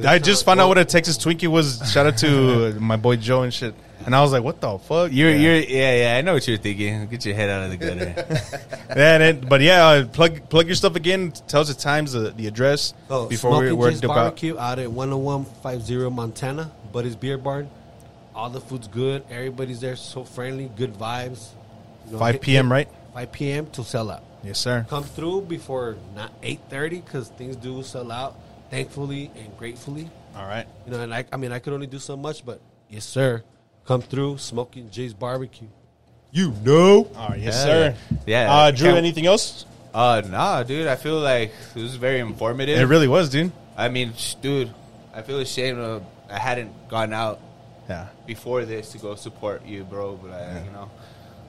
S3: I just found out what a Texas Twinkie was. Shout out to my boy Joe and shit. And I was like, what the fuck?
S2: You're you're yeah yeah. I know what you're thinking. Get your head out of the gutter.
S3: And it, but yeah, uh, plug plug your stuff again. Tell us the times, uh, the, the address
S2: Oh,
S4: So,
S3: before we
S4: Smoking
S3: work
S4: Gins
S3: about.
S4: Oh, barbecue out at 10150 Montana, Buddy's Beer Barn. All the food's good. Everybody's there, so friendly, good vibes. You know,
S3: 5
S4: hit-
S3: p.m.
S4: hit
S3: right?
S4: 5 p.m. to sell out.
S3: Yes, sir.
S4: Come through before not 8:30 because things do sell out. Thankfully and gratefully.
S3: All right.
S4: You know, and I, I mean, I could only do so much, but yes, sir. Come through, smoking Jay's barbecue.
S3: You know. All right. Yes,
S2: Yeah.
S3: sir.
S2: Yeah.
S3: Uh, Drew,
S2: Can't-
S3: anything else?
S2: uh nah, dude. I feel like it was very informative.
S3: It really was, dude.
S2: I mean, sh- dude, I feel ashamed of I hadn't gone out
S3: Yeah.
S2: before this to go support you, bro. But I, you know,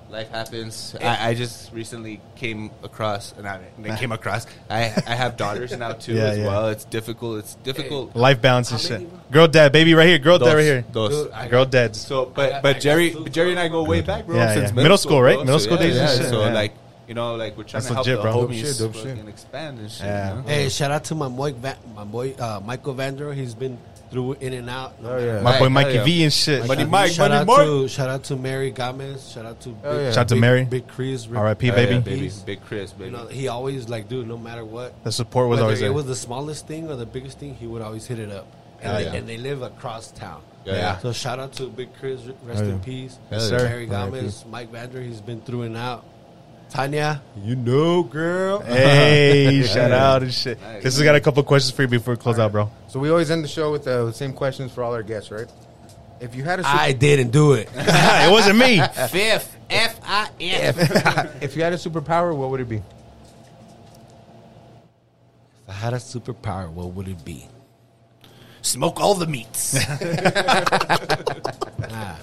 S2: life happens. I, I just recently came across, and I, mean, I came across. I I have daughters now too
S3: Yeah,
S2: as
S3: yeah.
S2: well. It's difficult. It's difficult.
S3: Life balance and
S4: How many,
S3: shit. Girl, dad, baby, right here. Girl, dad,
S2: Those-
S3: right here.
S2: those-
S4: Dude, I
S3: Girl,
S4: got-
S3: dad.
S2: So,
S4: I
S2: but
S4: got- I
S2: but
S4: got
S2: Jerry
S4: two
S2: Jerry and I go way back, bro.
S3: Yeah,
S2: since
S3: yeah. Middle school, right?
S2: bro.
S3: Middle school
S2: yeah,
S3: days and
S2: Yeah.
S3: shit,
S2: So
S3: yeah.
S2: like you know, like we're trying
S3: That's
S2: to help the
S3: legit, bro.
S5: Dope
S2: homies
S5: shit, dope
S2: fucking
S5: shit.
S2: expand and shit.
S3: Yeah.
S2: You know?
S4: Hey, shout out to my boy, Va- my boy uh, Michael Vandero. He's been through in and out. No
S5: Oh,
S4: matter-
S5: yeah.
S3: My boy
S2: Mike,
S3: Mikey
S2: yeah.
S3: V and shit.
S2: Money Mike,
S4: shout
S2: Money
S4: out
S2: Mike.
S4: to shout out to Mary Gomez. Shout out to Big,
S5: yeah.
S3: Shout out to
S4: Big-
S3: Mary.
S4: Big Chris. Rip-
S3: R.I.P.
S2: Oh,
S3: baby.
S2: yeah, Oh, baby, big Chris,
S4: You
S2: baby.
S4: know, he always like, dude, no matter what.
S3: The support was
S4: whether
S3: always there.
S4: It was the smallest thing or the biggest thing. He would always hit it up. And,
S3: Hell
S4: they,
S3: yeah.
S4: and they live across town.
S2: Yeah, yeah.
S4: So shout out to Big Chris. Rest in peace.
S3: Yes, sir.
S4: Mary Gomez, Mike Vander. He's been through and out. Tanya, you know, girl.
S3: Hey, shout out and shit. This has got a couple questions for you before we close out, bro.
S5: So we always end the show with uh, the same questions for all our guests, right? If you had a
S4: I didn't do it.
S3: it wasn't me.
S2: Fifth, F I F.
S5: super, if you had a superpower, what would it be?
S4: If I had a superpower, what would it be?
S2: Smoke all the meats.
S4: Ah,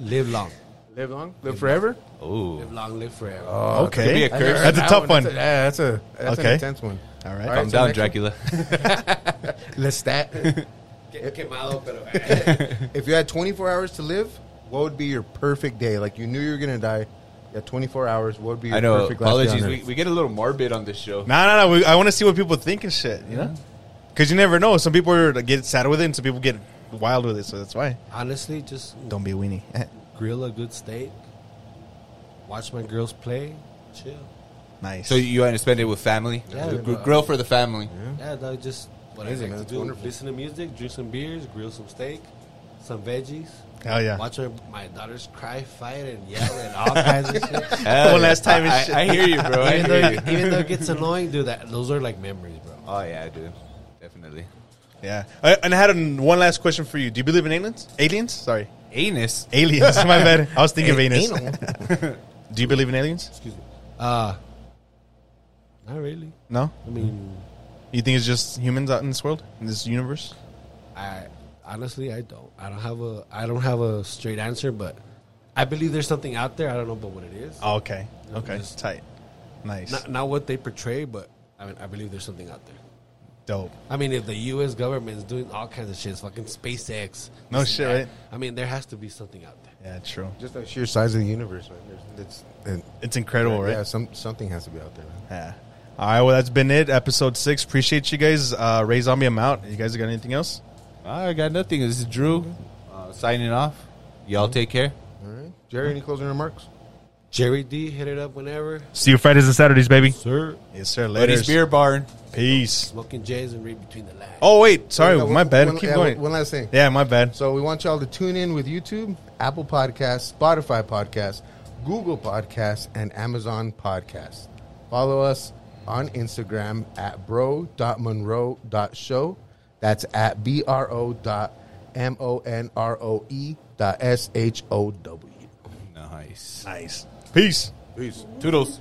S4: live long.
S5: Live long, live forever.
S2: Ooh.
S4: Live long, live forever.
S3: Oh. Uh, Okay,
S2: Could be Oh, a curse.
S3: that's a tough one.
S5: That's a, yeah, that's a that's
S3: Okay.
S5: an intense one.
S3: All
S5: All
S3: right,
S5: right.
S2: I'm
S5: so
S2: down,
S5: next-
S2: Dracula.
S5: Let's that. if you had 24 hours to live, what would be your perfect day? Like you knew you were gonna die. You had 24 hours. What would be your
S2: I know.
S5: perfect last day
S2: Apologies.
S5: on
S2: We,
S5: Earth?
S2: we get a little morbid on this show.
S3: No, no, no. we- I want to see what people think and shit. You know, because you never know. Some people are, get sad with it, and some people get wild with it. So that's why.
S4: Honestly, just
S3: Don't be a weenie.
S4: grill a good steak. Watch my girls play. Chill.
S3: nice.
S2: So you want to spend it with family?
S4: Yeah.
S2: Gr- grill for the family.
S4: Yeah, that was just what
S5: Amazing,
S4: I like
S5: man. That's
S4: to do.
S5: wonderful.
S4: Listen to music, drink some beers, grill some steak, some veggies.
S3: hell yeah.
S4: Watch her, my daughters cry, fight, and yell, and all kinds of shit.
S2: Hell
S3: One
S2: yeah.
S3: last time and
S2: I,
S3: shit.
S2: I hear you, bro. I
S4: Even though,
S2: hear you.
S4: even though it gets annoying, dude, that those are like memories, bro.
S2: Oh yeah, dude. Definitely.
S3: Yeah. I, and I had an, one last question for you. Do you believe in aliens? Aliens? Sorry.
S2: Anus.
S3: Aliens. My bad. I was thinking of anus. Do you believe in aliens?
S4: Excuse me. Uh, not really.
S3: No.
S4: I mean,
S3: You think it's just humans out in this world, in this universe?
S4: I honestly I don't. I don't have a I don't have a straight answer, but I believe there's something out there. I don't know about what it is.
S3: Oh, okay. Okay.
S4: Just-
S3: Tight. Nice.
S4: Not not what they portray, but I mean I believe there's something out there.
S3: Dope.
S4: I mean, if the U.S. government is doing all kinds of shit, it's fucking SpaceX.
S3: No
S4: this and
S3: shit,
S4: that.
S3: right?
S4: I mean, there has to be something out there.
S3: Yeah. True.
S5: Just the sheer size of the universe, man. There's, it's,
S3: It's incredible, right?
S5: Yeah, some, something has to be out there, man.
S3: Yeah. All right. Well, that's been it. Episode six. Appreciate you guys. Uh, Ray Zombie, I'm out. You guys got anything else?
S2: Oh, I got nothing. This is Drew uh, signing off. Y'all take care.
S5: All right. Jerry, any closing remarks?
S4: Jerry D, hit it up whenever.
S3: See you Fridays and Saturdays, baby.
S4: Sir.
S3: Yes, sir. Later.
S2: Buddy's Beer Barn.
S3: Peace.
S4: Smoking J's and read between the lines.
S3: Oh wait, sorry,
S5: Yeah,
S3: my
S5: one-
S3: bad.
S5: One,
S3: Keep
S5: yeah,
S3: going.
S5: One last thing.
S3: Yeah, my bad.
S5: So we want y'all to tune in with YouTube, Apple Podcasts, Spotify Podcasts, Google Podcasts, and Amazon Podcasts. Follow us on Instagram at bro.monroe.show. That's at B-R-O dot M-O-N-R-O-E dot S-H-O-W.
S2: Nice.
S3: Nice. Peace.
S5: Peace.
S2: Toodles.